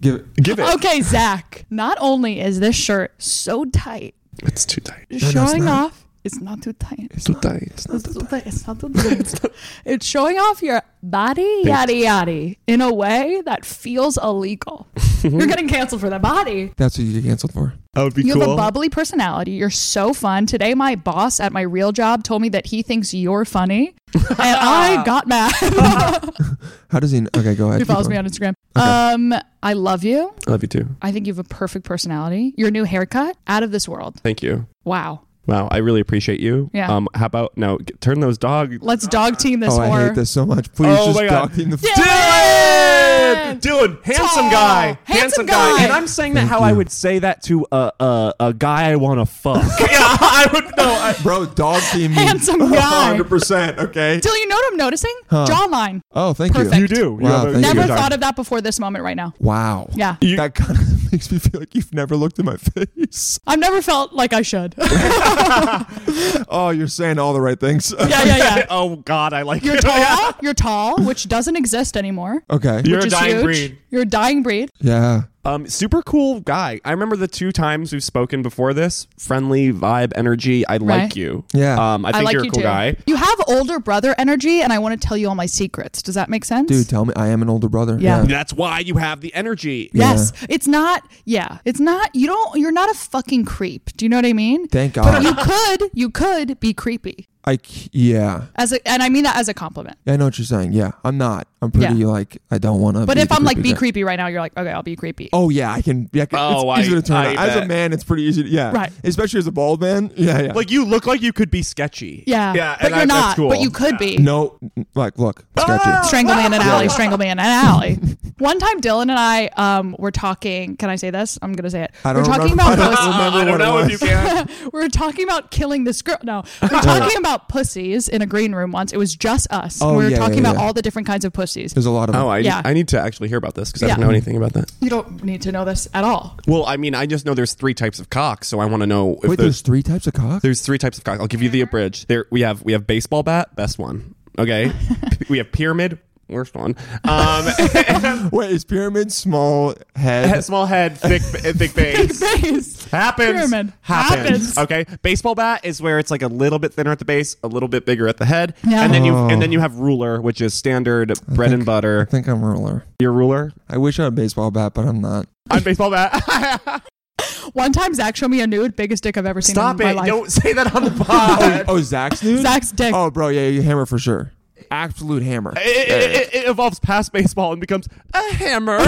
[SPEAKER 3] Give it.
[SPEAKER 1] Give it.
[SPEAKER 2] Okay, Zach. Not only is this shirt so tight,
[SPEAKER 1] It's too tight.
[SPEAKER 2] showing off. It's not too tight.
[SPEAKER 1] It's too tight.
[SPEAKER 2] It's not too tight. It's not too tight. It's showing off your body, yada yada, in a way that feels illegal. You're getting canceled for that body.
[SPEAKER 3] That's what you get canceled for.
[SPEAKER 1] That would be
[SPEAKER 2] You
[SPEAKER 1] cool.
[SPEAKER 2] have a bubbly personality. You're so fun. Today, my boss at my real job told me that he thinks you're funny, and I got mad.
[SPEAKER 3] How does he? kn- Okay, go ahead.
[SPEAKER 2] he
[SPEAKER 3] keep
[SPEAKER 2] follows me
[SPEAKER 3] going.
[SPEAKER 2] on Instagram. Um, I love you.
[SPEAKER 1] I love you too.
[SPEAKER 2] I think you have a perfect personality. Your new haircut, out of this world.
[SPEAKER 1] Thank you.
[SPEAKER 2] Wow.
[SPEAKER 1] Wow, I really appreciate you.
[SPEAKER 2] Yeah.
[SPEAKER 1] Um, how about now? G- turn those dog.
[SPEAKER 2] Let's dog team this
[SPEAKER 3] Oh,
[SPEAKER 2] whore.
[SPEAKER 3] I hate this so much. Please
[SPEAKER 1] Oh
[SPEAKER 3] just
[SPEAKER 1] my God.
[SPEAKER 3] dog team the.
[SPEAKER 2] Yeah.
[SPEAKER 1] Dylan!
[SPEAKER 2] Dylan!
[SPEAKER 1] Dylan, handsome
[SPEAKER 2] Tall,
[SPEAKER 1] guy,
[SPEAKER 2] handsome guy.
[SPEAKER 1] and I'm saying that how I
[SPEAKER 3] you.
[SPEAKER 1] would say that to a a, a guy I want to fuck. yeah, I would. No, I,
[SPEAKER 3] Bro, dog team me.
[SPEAKER 2] Handsome guy.
[SPEAKER 1] Oh,
[SPEAKER 3] 100%, okay?
[SPEAKER 2] Dylan, you know what I'm noticing? Jawline.
[SPEAKER 3] Oh, thank
[SPEAKER 2] Perfect.
[SPEAKER 1] you do.
[SPEAKER 3] Wow,
[SPEAKER 1] you have a-
[SPEAKER 3] thank
[SPEAKER 1] you
[SPEAKER 3] you.
[SPEAKER 2] Never
[SPEAKER 1] have a-
[SPEAKER 2] thought of that before this moment right now.
[SPEAKER 3] you. Wow.
[SPEAKER 2] Yeah.
[SPEAKER 1] You-
[SPEAKER 3] That kind of makes me feel like you've never looked in my face.
[SPEAKER 2] I've never felt like I should. yeah,
[SPEAKER 3] Oh, you're saying all the right things.
[SPEAKER 2] yeah, yeah.
[SPEAKER 1] oh God, I like
[SPEAKER 2] You're
[SPEAKER 1] it.
[SPEAKER 2] tall.
[SPEAKER 1] Yeah.
[SPEAKER 2] You're tall, which doesn't exist anymore.
[SPEAKER 3] Okay.
[SPEAKER 1] You're
[SPEAKER 2] which
[SPEAKER 1] a
[SPEAKER 2] is
[SPEAKER 1] dying
[SPEAKER 2] huge.
[SPEAKER 1] breed.
[SPEAKER 2] You're a dying breed.
[SPEAKER 3] yeah.
[SPEAKER 1] Um, super cool guy. I remember the two times we've spoken before this. Friendly vibe, energy. I like
[SPEAKER 2] Right.
[SPEAKER 1] you.
[SPEAKER 3] Yeah.
[SPEAKER 1] Um, I
[SPEAKER 2] I,
[SPEAKER 1] think
[SPEAKER 2] like
[SPEAKER 1] you're a
[SPEAKER 2] you
[SPEAKER 1] cool
[SPEAKER 2] too.
[SPEAKER 1] guy.
[SPEAKER 2] You have older brother energy, and I want to tell you all my secrets. Does that make sense?
[SPEAKER 3] Dude, tell me. I am an older brother.
[SPEAKER 2] Yeah.
[SPEAKER 1] That's why you have the energy.
[SPEAKER 2] Yes. It's not yeah. It's not you don't you're not a fucking creep. Do you know what I mean?
[SPEAKER 3] Thank
[SPEAKER 2] But
[SPEAKER 3] God.
[SPEAKER 2] you could you could be creepy.
[SPEAKER 3] I, c- yeah.
[SPEAKER 2] As a, and I mean that as a compliment.
[SPEAKER 3] I know what you're saying. Yeah. I'm not. I'm pretty,
[SPEAKER 2] Yeah.
[SPEAKER 3] like, I don't want to.
[SPEAKER 2] But if I'm like be
[SPEAKER 3] creepy. guy.
[SPEAKER 2] creepy right now, you're like, okay, I'll be creepy.
[SPEAKER 3] Oh yeah, I can. Yeah,
[SPEAKER 1] Oh,
[SPEAKER 3] it's
[SPEAKER 1] I-
[SPEAKER 3] easier to turn
[SPEAKER 1] I
[SPEAKER 3] on. As a
[SPEAKER 1] bet.
[SPEAKER 3] man, it's pretty easy. To, yeah,
[SPEAKER 2] Right.
[SPEAKER 3] Especially as a bald man. Yeah, yeah.
[SPEAKER 1] Like you look like you could be sketchy.
[SPEAKER 2] yeah.
[SPEAKER 1] Yeah.
[SPEAKER 2] but
[SPEAKER 1] and
[SPEAKER 2] you're
[SPEAKER 1] I-
[SPEAKER 2] not.
[SPEAKER 1] That's cool.
[SPEAKER 2] But you could be.
[SPEAKER 3] no, like look, sketchy.
[SPEAKER 2] Strangle me in an alley, strangle me in an alley. One time Dylan and I um were talking can I say this? I'm gonna say it.
[SPEAKER 3] I don't
[SPEAKER 2] we're talking
[SPEAKER 3] remember.
[SPEAKER 2] about
[SPEAKER 3] I don't
[SPEAKER 2] pussy.
[SPEAKER 3] remember
[SPEAKER 1] I don't
[SPEAKER 3] what
[SPEAKER 1] know
[SPEAKER 3] it
[SPEAKER 1] if
[SPEAKER 3] was.
[SPEAKER 1] you can.
[SPEAKER 2] we're talking about killing this girl. No, we're talking about pussies in a green room once. It was just us.
[SPEAKER 3] Oh,
[SPEAKER 2] we were
[SPEAKER 3] yeah,
[SPEAKER 2] talking
[SPEAKER 3] yeah,
[SPEAKER 2] about
[SPEAKER 3] yeah.
[SPEAKER 2] all the different kinds of pussies.
[SPEAKER 3] There's a lot of.
[SPEAKER 1] Oh, I,
[SPEAKER 2] Yeah.
[SPEAKER 1] I need to actually hear about this because I don't
[SPEAKER 2] Yeah.
[SPEAKER 1] know anything about that.
[SPEAKER 2] You don't need to know this at all.
[SPEAKER 1] Well, I mean, I just know there's three types of cocks, so I want to know if
[SPEAKER 3] Wait,
[SPEAKER 1] there's
[SPEAKER 3] there's three types of cock.
[SPEAKER 1] there's three types of cocks. I'll give you
[SPEAKER 2] Mm-hmm.
[SPEAKER 1] the abridged. There we have we have baseball bat, best one. Okay, P- we have pyramid, worst one. Um,
[SPEAKER 3] Wait, is pyramid small head?
[SPEAKER 1] small head, thick thick base.
[SPEAKER 2] Face.
[SPEAKER 1] Happens.
[SPEAKER 2] Pyramid.
[SPEAKER 1] Happens.
[SPEAKER 2] Happens.
[SPEAKER 1] Okay. Baseball bat is where it's like a little bit thinner at the base, a little bit bigger at the head,
[SPEAKER 2] Yeah.
[SPEAKER 1] and then you and then you have ruler, which is standard bread and butter.
[SPEAKER 3] I think I'm a ruler.
[SPEAKER 1] Your ruler.
[SPEAKER 3] I wish I had a baseball bat, but I'm not.
[SPEAKER 1] I'm baseball bat.
[SPEAKER 2] One time, Zach showed me a nude, biggest dick I've ever seen
[SPEAKER 1] Stop
[SPEAKER 2] in my
[SPEAKER 1] it!
[SPEAKER 2] life.
[SPEAKER 1] Don't say that on the pod.
[SPEAKER 3] Oh, Zach's nude.
[SPEAKER 2] Zach's dick.
[SPEAKER 3] Oh, bro, yeah, you hammer for sure. Absolute hammer.
[SPEAKER 1] It, it, it, it evolves past baseball and becomes a hammer.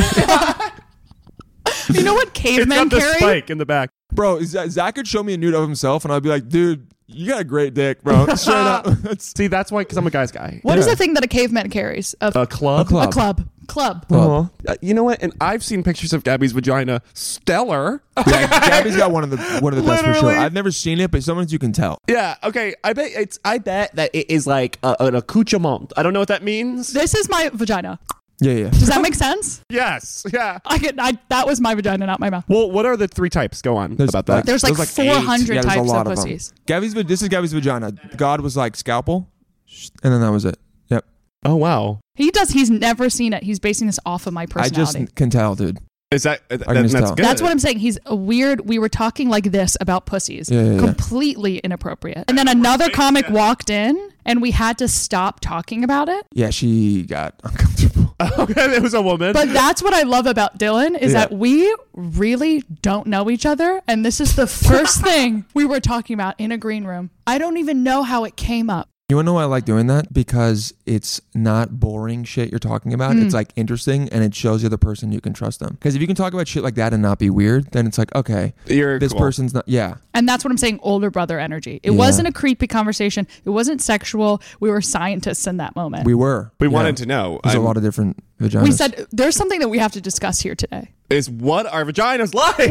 [SPEAKER 2] You know what
[SPEAKER 1] it's
[SPEAKER 2] cavemen
[SPEAKER 1] got the
[SPEAKER 2] carry?
[SPEAKER 1] spike in the back.
[SPEAKER 3] Bro, Z- Zach could show me a nude of himself, and I'd be like, dude, you got a great dick, bro. Straight up. That's-
[SPEAKER 1] Uh, See, that's why, because I'm a guy's guy.
[SPEAKER 2] What is
[SPEAKER 3] Yeah.
[SPEAKER 2] the thing that a caveman carries? A,
[SPEAKER 1] A club?
[SPEAKER 3] club.
[SPEAKER 2] a club. Club.
[SPEAKER 1] Uh-huh. Uh, you know what? And I've seen pictures of Gabby's vagina. Stellar.
[SPEAKER 3] Yeah, Gabby's got one of the one of the best for sure.
[SPEAKER 1] Literally.
[SPEAKER 3] I've never seen it, but sometimes you can tell.
[SPEAKER 1] yeah. Okay. I bet it's. I bet that it is like a, an accoutrement. I don't know what that means.
[SPEAKER 2] This is my vagina.
[SPEAKER 3] Yeah, yeah.
[SPEAKER 2] Does that make sense?
[SPEAKER 1] Yes. Yeah.
[SPEAKER 2] I could. I, that was my vagina, not my mouth.
[SPEAKER 1] Well, what are the three types? Go on
[SPEAKER 3] There's
[SPEAKER 1] about that.
[SPEAKER 2] There's like,
[SPEAKER 3] There's like eight.
[SPEAKER 2] 400
[SPEAKER 3] Yeah, there's a
[SPEAKER 2] types
[SPEAKER 3] lot
[SPEAKER 2] of
[SPEAKER 3] of them.
[SPEAKER 2] pussies.
[SPEAKER 3] Gabby's, va- this is Gabby's vagina. God was like scalpel, sh- and then that was it. Yep.
[SPEAKER 1] oh wow.
[SPEAKER 2] He does. He's never seen it. He's basing this off of my
[SPEAKER 3] I
[SPEAKER 2] personality.
[SPEAKER 3] just can tell, dude.
[SPEAKER 1] Is that? uh,
[SPEAKER 3] can
[SPEAKER 1] then
[SPEAKER 3] just
[SPEAKER 1] that's
[SPEAKER 3] tell.
[SPEAKER 1] good.
[SPEAKER 2] That's what I'm saying. He's a weird. We were talking like this about pussies.
[SPEAKER 3] Yeah, yeah, yeah.
[SPEAKER 2] Completely inappropriate. And then another comic walked in and we had to stop talking about it.
[SPEAKER 3] Yeah, she got uncomfortable.
[SPEAKER 1] okay. It was a woman.
[SPEAKER 2] But that's what I love about Dylan is
[SPEAKER 3] Yeah.
[SPEAKER 2] that we really don't know each other. And this is the first thing we were talking about in a green room. I don't even know how it came up.
[SPEAKER 3] You wanna know why I like doing that? Because it's not boring shit you're talking about. It's
[SPEAKER 2] Mm.
[SPEAKER 3] like interesting, and it shows the other person you can trust them. Because if you can talk about shit like that and not be weird, then it's like okay,
[SPEAKER 1] You're
[SPEAKER 3] this
[SPEAKER 1] cool.
[SPEAKER 3] person's not. Yeah,
[SPEAKER 2] And that's what I'm saying older brother energy. It wasn't a creepy conversation, it wasn't sexual. We were scientists in that moment.
[SPEAKER 3] we were.
[SPEAKER 1] we
[SPEAKER 3] Yeah.
[SPEAKER 1] wanted to know.
[SPEAKER 3] There's
[SPEAKER 1] I'm-
[SPEAKER 3] a lot of different Vaginas.
[SPEAKER 2] We said there's something that we have to discuss here today.
[SPEAKER 1] Is what our vaginas like?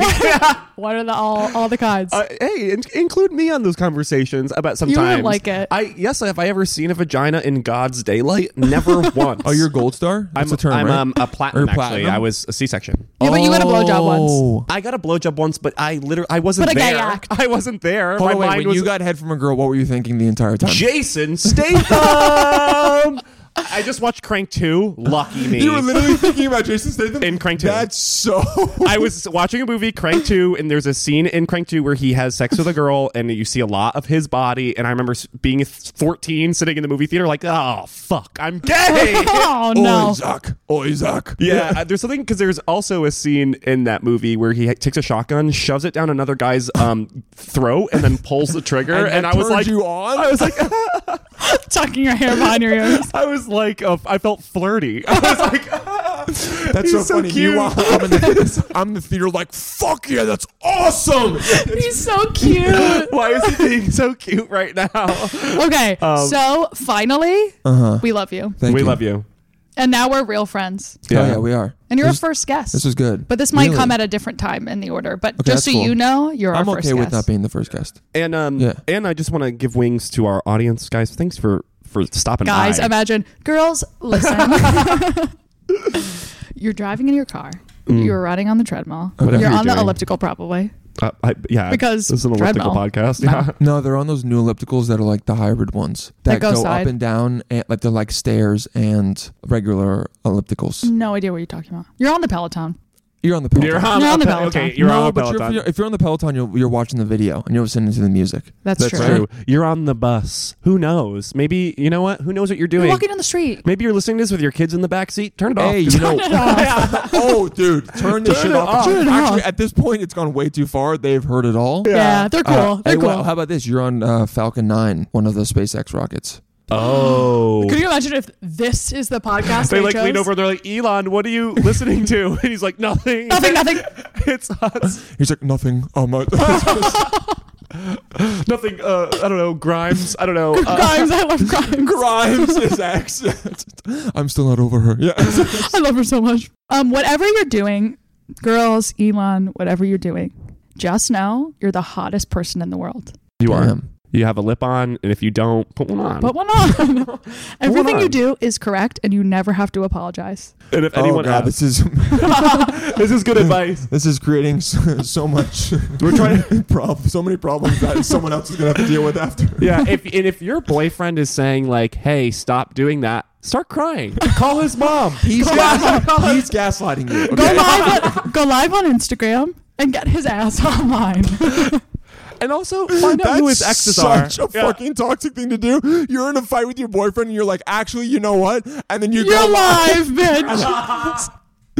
[SPEAKER 2] What are the all all the kinds?
[SPEAKER 1] Uh, hey, in- include me on those conversations about sometimes.
[SPEAKER 2] like it.
[SPEAKER 1] I yes, have I ever seen a vagina in God's daylight? Never once.
[SPEAKER 3] Oh, you're a gold star?
[SPEAKER 1] I'm,
[SPEAKER 3] That's the term,
[SPEAKER 1] I'm
[SPEAKER 3] right?
[SPEAKER 1] um, a platinum,
[SPEAKER 3] Or platinum?
[SPEAKER 1] Actually, I was a C-section.
[SPEAKER 2] yeah, but you got a blowjob once.
[SPEAKER 3] Oh.
[SPEAKER 1] I got a blowjob once, but I literally I wasn't
[SPEAKER 2] But a gay
[SPEAKER 1] there.
[SPEAKER 2] act.
[SPEAKER 1] I wasn't there.
[SPEAKER 3] Hold
[SPEAKER 1] My
[SPEAKER 3] on, wait,
[SPEAKER 1] mind
[SPEAKER 3] when
[SPEAKER 1] was
[SPEAKER 3] you got head from a girl, what were you thinking the entire time?
[SPEAKER 1] Jason Statham. I just watched Crank Two. Lucky me.
[SPEAKER 3] You were literally thinking about Jason Statham
[SPEAKER 1] In Crank Two.
[SPEAKER 3] That's so.
[SPEAKER 1] I was watching a movie, Crank 2, and there's a scene in Crank 2 where he has sex with a girl, and you see a lot of his body. And I remember s- being 14, sitting in the movie theater, like, oh, fuck, I'm gay.
[SPEAKER 2] Oh no.
[SPEAKER 3] Isaac, oh Isaac.
[SPEAKER 1] Yeah, uh, there's something because there's also a scene in that movie where he ha- takes a shotgun, shoves it down another guy's um, throat, and then pulls the trigger. and
[SPEAKER 3] that
[SPEAKER 1] I was
[SPEAKER 3] turned
[SPEAKER 1] like,
[SPEAKER 3] you on?
[SPEAKER 1] I was like,
[SPEAKER 2] Tucking your hair behind your ears.
[SPEAKER 1] I was like, uh, I felt flirty. I was like, He's
[SPEAKER 3] That's so,
[SPEAKER 1] so
[SPEAKER 3] funny.
[SPEAKER 1] cute.
[SPEAKER 3] Meanwhile, I'm in, the, I'm in the theater like, fuck yeah, that's awesome.
[SPEAKER 2] He's so cute.
[SPEAKER 1] why is he being so cute right now?
[SPEAKER 2] Okay, so finally,
[SPEAKER 3] Uh-huh.
[SPEAKER 2] we love you,
[SPEAKER 1] we love you.
[SPEAKER 2] and now we're real friends.
[SPEAKER 3] Oh, Yeah. yeah, we are.
[SPEAKER 2] And you're
[SPEAKER 3] this,
[SPEAKER 2] a first guest.
[SPEAKER 3] This was good.
[SPEAKER 2] But this might
[SPEAKER 3] Really.
[SPEAKER 2] come at a different time in the order. But
[SPEAKER 3] Okay,
[SPEAKER 2] just so
[SPEAKER 3] that's cool.
[SPEAKER 2] you know, you're
[SPEAKER 3] I'm
[SPEAKER 2] our
[SPEAKER 3] okay
[SPEAKER 2] first
[SPEAKER 3] with
[SPEAKER 2] guest.
[SPEAKER 3] not being the first guest.
[SPEAKER 1] And um
[SPEAKER 3] Yeah.
[SPEAKER 1] and I just want to give wings to our audience, guys. Thanks for for stopping
[SPEAKER 2] Guys,
[SPEAKER 1] by.
[SPEAKER 2] imagine girls. Listen, you're driving in your car.
[SPEAKER 3] Mm.
[SPEAKER 2] You're running on the treadmill.
[SPEAKER 1] Whatever
[SPEAKER 2] you're
[SPEAKER 1] you're
[SPEAKER 2] on the
[SPEAKER 1] doing.
[SPEAKER 2] elliptical, probably.
[SPEAKER 1] Uh, I, yeah,
[SPEAKER 2] Because
[SPEAKER 1] this is an elliptical
[SPEAKER 2] treadmill.
[SPEAKER 1] podcast. Yeah.
[SPEAKER 3] No, they're on those new ellipticals that are like the hybrid ones that,
[SPEAKER 2] go
[SPEAKER 3] go
[SPEAKER 2] side.
[SPEAKER 3] up and down, and like they're like stairs and regular ellipticals.
[SPEAKER 2] No idea what you're talking about. You're on the Peloton.
[SPEAKER 3] You're on the Peloton.
[SPEAKER 2] on You're on the the Peloton.
[SPEAKER 1] Okay,
[SPEAKER 2] Peloton.
[SPEAKER 1] you're
[SPEAKER 3] no,
[SPEAKER 1] on the
[SPEAKER 3] but
[SPEAKER 1] Peloton.
[SPEAKER 3] You're, if you're on the Peloton, you're, you're watching the video and you're listening to the music.
[SPEAKER 2] That's,
[SPEAKER 1] That's
[SPEAKER 2] true.
[SPEAKER 1] true. You're on the bus. Who knows? Maybe you know what? Who knows what you're
[SPEAKER 2] You're
[SPEAKER 1] doing?
[SPEAKER 2] walking down the street.
[SPEAKER 1] Maybe you're listening to this with your kids in the back seat. Turn it off.
[SPEAKER 3] Hey, you know. oh, dude, turn this shit
[SPEAKER 1] it
[SPEAKER 3] off.
[SPEAKER 1] off.
[SPEAKER 2] Turn it
[SPEAKER 3] Actually,
[SPEAKER 2] off.
[SPEAKER 3] at this point, it's gone way too far. They've heard it all.
[SPEAKER 2] Yeah, they're cool.
[SPEAKER 3] Uh,
[SPEAKER 2] they're
[SPEAKER 3] hey,
[SPEAKER 2] cool.
[SPEAKER 3] well, how about this? You're on uh, Falcon 9, one of the SpaceX rockets.
[SPEAKER 1] oh.
[SPEAKER 2] Could you imagine if this is the podcast
[SPEAKER 1] They
[SPEAKER 2] they
[SPEAKER 1] like
[SPEAKER 2] chose?
[SPEAKER 1] lean over and they're like, Elon, what are you listening to? And he's like, nothing.
[SPEAKER 2] Nothing, nothing.
[SPEAKER 1] it's us.
[SPEAKER 3] He's like, nothing. Oh, my.
[SPEAKER 1] Nothing. Uh, I don't know. Grimes. I don't know. Uh,
[SPEAKER 2] Grimes, I love Grimes.
[SPEAKER 3] Grimes his accent. I'm still not over her. Yeah.
[SPEAKER 2] I love her so much. Um, whatever you're doing, girls, Elon, whatever you're doing, just know you're the hottest person in the world.
[SPEAKER 1] you are.
[SPEAKER 3] Damn.
[SPEAKER 1] You have a lip on, and if you don't, put one
[SPEAKER 3] Um,
[SPEAKER 1] on.
[SPEAKER 2] Put one on. Everything
[SPEAKER 1] on.
[SPEAKER 2] you do is correct, and you never have to apologize.
[SPEAKER 1] And if
[SPEAKER 3] Oh,
[SPEAKER 1] anyone
[SPEAKER 3] God,
[SPEAKER 1] asks,
[SPEAKER 3] this is
[SPEAKER 1] this is good advice.
[SPEAKER 3] this is creating so, so much
[SPEAKER 1] We're trying.
[SPEAKER 3] problems, so many problems that someone else is gonna have to deal with after.
[SPEAKER 1] Yeah. If and if your boyfriend is saying like, "Hey, stop doing that," start crying. Call his mom.
[SPEAKER 3] He's, gaslighting, he's gaslighting you.
[SPEAKER 2] Go
[SPEAKER 3] okay?
[SPEAKER 2] live, on, go live on Instagram and get his ass online.
[SPEAKER 1] And also find out
[SPEAKER 3] That's
[SPEAKER 1] who his exes are.
[SPEAKER 3] such a
[SPEAKER 1] Yeah.
[SPEAKER 3] fucking toxic thing to do. You're in a fight with your boyfriend, and you're like, actually, you know what? And then you
[SPEAKER 2] You're
[SPEAKER 3] go
[SPEAKER 2] live, bitch.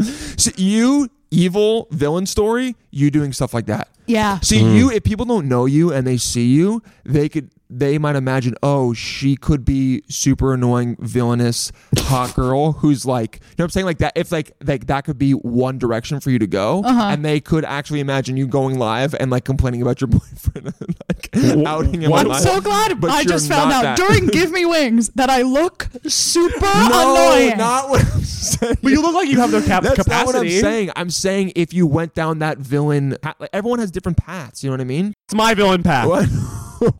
[SPEAKER 3] See, you evil villain story. You doing stuff like that.
[SPEAKER 2] Yeah.
[SPEAKER 3] See,
[SPEAKER 1] Mm-hmm.
[SPEAKER 3] you if people don't know you and they see you, they could they might imagine, oh, she could be super annoying, villainous, hot girl who's like, you know what I'm saying? Like that if like like that could be one direction for you to go.
[SPEAKER 2] Uh-huh.
[SPEAKER 3] And they could actually imagine you going live and like complaining about your boyfriend and like outing him.
[SPEAKER 1] what?
[SPEAKER 2] I'm
[SPEAKER 3] online.
[SPEAKER 2] so glad
[SPEAKER 3] But
[SPEAKER 2] I
[SPEAKER 3] you're
[SPEAKER 2] just found
[SPEAKER 3] not
[SPEAKER 2] out
[SPEAKER 3] that.
[SPEAKER 2] during Give Me Wings that I look super
[SPEAKER 3] No,
[SPEAKER 2] annoying.
[SPEAKER 3] not what I'm saying.
[SPEAKER 1] But you look like you have no cap-
[SPEAKER 3] That's
[SPEAKER 1] capacity.
[SPEAKER 3] not what I'm saying. I'm saying if you went down that villain, path- like everyone has different paths. You know what I mean?
[SPEAKER 1] It's my villain path.
[SPEAKER 3] What?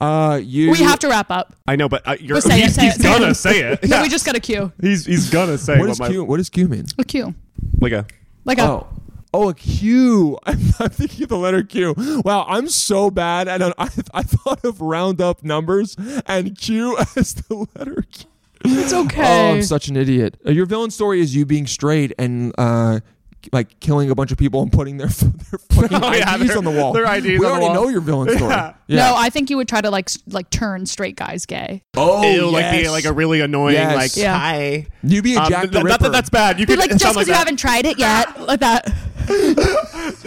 [SPEAKER 3] uh, you.
[SPEAKER 2] we have to wrap up.
[SPEAKER 1] I know, but uh, you're,
[SPEAKER 2] But say it,
[SPEAKER 1] he's,
[SPEAKER 2] say
[SPEAKER 1] he's
[SPEAKER 2] it, say
[SPEAKER 1] gonna
[SPEAKER 2] it.
[SPEAKER 1] say it.
[SPEAKER 2] No,
[SPEAKER 1] Yeah.
[SPEAKER 2] we just got a cue.
[SPEAKER 1] he's he's gonna say
[SPEAKER 3] What
[SPEAKER 1] what
[SPEAKER 3] is
[SPEAKER 1] my-
[SPEAKER 3] Q? What does Q mean?
[SPEAKER 2] A cue.
[SPEAKER 1] like a
[SPEAKER 2] Like a.
[SPEAKER 3] Oh. Oh, a Q. I'm I'm thinking of the letter Q. Wow, I'm so bad. And I, I thought of round up numbers and Q as the letter Q.
[SPEAKER 2] It's okay.
[SPEAKER 3] Oh, I'm such an idiot. Uh, Your villain story is you being straight and uh, like killing a bunch of people and putting their, their fucking
[SPEAKER 1] Oh, yeah,
[SPEAKER 3] IDs
[SPEAKER 1] their-
[SPEAKER 3] on the wall.
[SPEAKER 1] their IDs on
[SPEAKER 3] We
[SPEAKER 1] the
[SPEAKER 3] already
[SPEAKER 1] wall.
[SPEAKER 3] know your villain story.
[SPEAKER 1] Yeah.
[SPEAKER 2] No, I think you would try to like s- like turn straight guys gay.
[SPEAKER 3] oh,
[SPEAKER 1] ew, like the, like a really annoying
[SPEAKER 3] Yes.
[SPEAKER 1] like
[SPEAKER 2] Yeah.
[SPEAKER 1] hi.
[SPEAKER 3] You be a
[SPEAKER 1] Um,
[SPEAKER 3] Jack the
[SPEAKER 1] th- not
[SPEAKER 3] Ripper.
[SPEAKER 1] that that's bad. You
[SPEAKER 2] Be
[SPEAKER 1] could
[SPEAKER 2] like, just
[SPEAKER 1] sound
[SPEAKER 2] because
[SPEAKER 1] like
[SPEAKER 2] you
[SPEAKER 1] that.
[SPEAKER 2] haven't tried it yet, like that.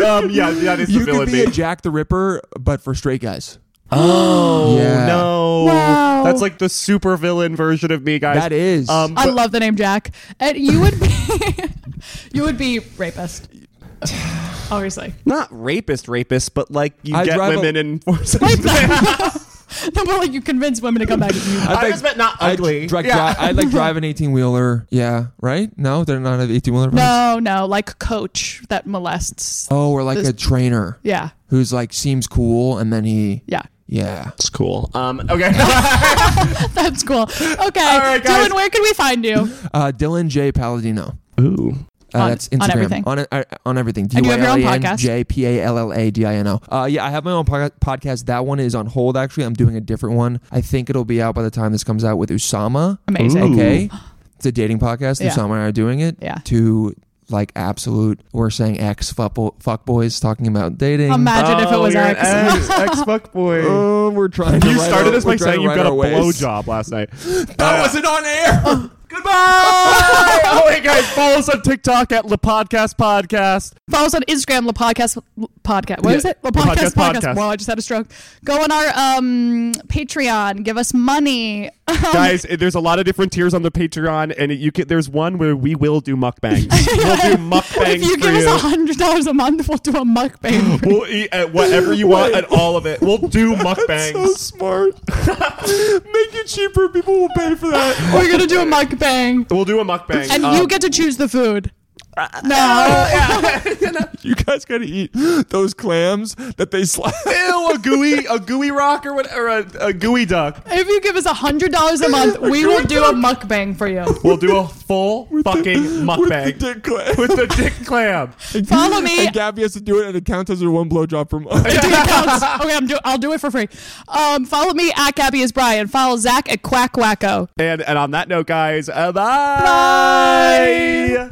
[SPEAKER 1] Um, yeah, yeah, that is the
[SPEAKER 3] you could
[SPEAKER 1] villain.
[SPEAKER 3] be a
[SPEAKER 1] me.
[SPEAKER 3] Jack the Ripper, but for straight guys.
[SPEAKER 1] Oh
[SPEAKER 3] Yeah.
[SPEAKER 1] no!
[SPEAKER 2] Wow.
[SPEAKER 1] That's like the super villain version of me, guys.
[SPEAKER 3] That is.
[SPEAKER 1] Um,
[SPEAKER 2] I
[SPEAKER 1] but-
[SPEAKER 2] love the name Jack, and you would be you would be rapist. Obviously,
[SPEAKER 1] not rapist, rapist, but like you
[SPEAKER 3] I
[SPEAKER 1] get
[SPEAKER 3] drive a-
[SPEAKER 1] women and force.
[SPEAKER 2] Rape them. the more like you convince women to come back to you.
[SPEAKER 1] I, just meant not ugly.
[SPEAKER 3] I'd, dri-
[SPEAKER 1] yeah.
[SPEAKER 3] dri- I'd like drive an 18 wheeler. Yeah, right? No, they're not an 18 wheeler.
[SPEAKER 2] No, no, like coach that molests.
[SPEAKER 3] Oh, or like
[SPEAKER 2] This-
[SPEAKER 3] a trainer
[SPEAKER 2] Yeah,
[SPEAKER 3] who's like seems cool and then he.
[SPEAKER 2] yeah.
[SPEAKER 3] Yeah.
[SPEAKER 1] It's cool. Um, okay.
[SPEAKER 2] That's cool. Okay.
[SPEAKER 1] right, guys.
[SPEAKER 2] Dylan, where can we find you?
[SPEAKER 3] Uh, Dylan J. Palladino.
[SPEAKER 1] Ooh.
[SPEAKER 3] Uh,
[SPEAKER 2] On-
[SPEAKER 3] that's
[SPEAKER 2] on
[SPEAKER 3] Instagram.
[SPEAKER 2] everything.
[SPEAKER 3] On, uh, on everything.
[SPEAKER 2] And you have your own podcast.
[SPEAKER 3] J P A L L A D I N O. Uh, yeah, I have my own po- podcast. That one is on hold, actually. I'm doing a different one. I think it'll be out by the time this comes out with Usama.
[SPEAKER 2] Amazing.
[SPEAKER 1] Ooh.
[SPEAKER 3] Okay. It's a dating podcast.
[SPEAKER 2] Yeah.
[SPEAKER 3] Usama and I are doing it.
[SPEAKER 2] Yeah.
[SPEAKER 3] To like absolute, we're saying ex fuck boys talking about dating.
[SPEAKER 2] Imagine if it
[SPEAKER 1] Oh,
[SPEAKER 2] was
[SPEAKER 1] you're an
[SPEAKER 2] X.
[SPEAKER 1] ex. Ex fuckboy.
[SPEAKER 3] Uh, we're trying to.
[SPEAKER 1] You
[SPEAKER 3] write
[SPEAKER 1] started
[SPEAKER 3] our-
[SPEAKER 1] this by
[SPEAKER 3] we're trying
[SPEAKER 1] saying
[SPEAKER 3] to
[SPEAKER 1] you
[SPEAKER 3] write
[SPEAKER 1] got a
[SPEAKER 3] our ways.
[SPEAKER 1] blowjob last night.
[SPEAKER 3] That wasn't on air.
[SPEAKER 1] Goodbye. oh, hey guys, follow us on TikTok at the Podcast Podcast.
[SPEAKER 2] Follow us on Instagram, La Podcast L- Podcast. What
[SPEAKER 1] Yeah,
[SPEAKER 2] is it? La
[SPEAKER 1] La
[SPEAKER 2] Podcast
[SPEAKER 1] Podcast
[SPEAKER 2] Podcast.
[SPEAKER 1] Podcast.
[SPEAKER 2] Wow, I just had a stroke. Go on our um, Patreon. Give us money.
[SPEAKER 1] guys, there's a lot of different tiers on the Patreon, and you can, there's one where we will do mukbangs. we'll do mukbangs
[SPEAKER 2] if you
[SPEAKER 1] for
[SPEAKER 2] give
[SPEAKER 1] you.
[SPEAKER 2] us us hundred dollars a month, we'll do a mukbang.
[SPEAKER 1] We'll eat at whatever you want and all of it. We'll do mukbangs.
[SPEAKER 3] so smart. Make it cheaper. People will pay for that.
[SPEAKER 2] We're gonna do a mukbang,
[SPEAKER 1] we'll do a mukbang.
[SPEAKER 2] and
[SPEAKER 1] Um, uh,
[SPEAKER 2] you get to choose the food. No,
[SPEAKER 3] You guys gotta eat those clams that they slap.
[SPEAKER 1] ew, a gooey, a gooey rock or whatever, a, a gooey duck.
[SPEAKER 2] if you give us hundred dollars a month, we will do a mukbang for you.
[SPEAKER 1] We'll do a full fucking
[SPEAKER 3] With the
[SPEAKER 1] mukbang
[SPEAKER 3] dick clam.
[SPEAKER 1] with the dick clam.
[SPEAKER 2] Follow me.
[SPEAKER 3] And Gabby has to do it, and it counts as her one blowjob per month.
[SPEAKER 2] It counts. Okay, I'm do- I'll do it for free. Um, follow me at Gabby is Brian. Follow Zach at Quack Wacko.
[SPEAKER 1] And and on that note, guys, uh,
[SPEAKER 2] Bye.
[SPEAKER 1] bye.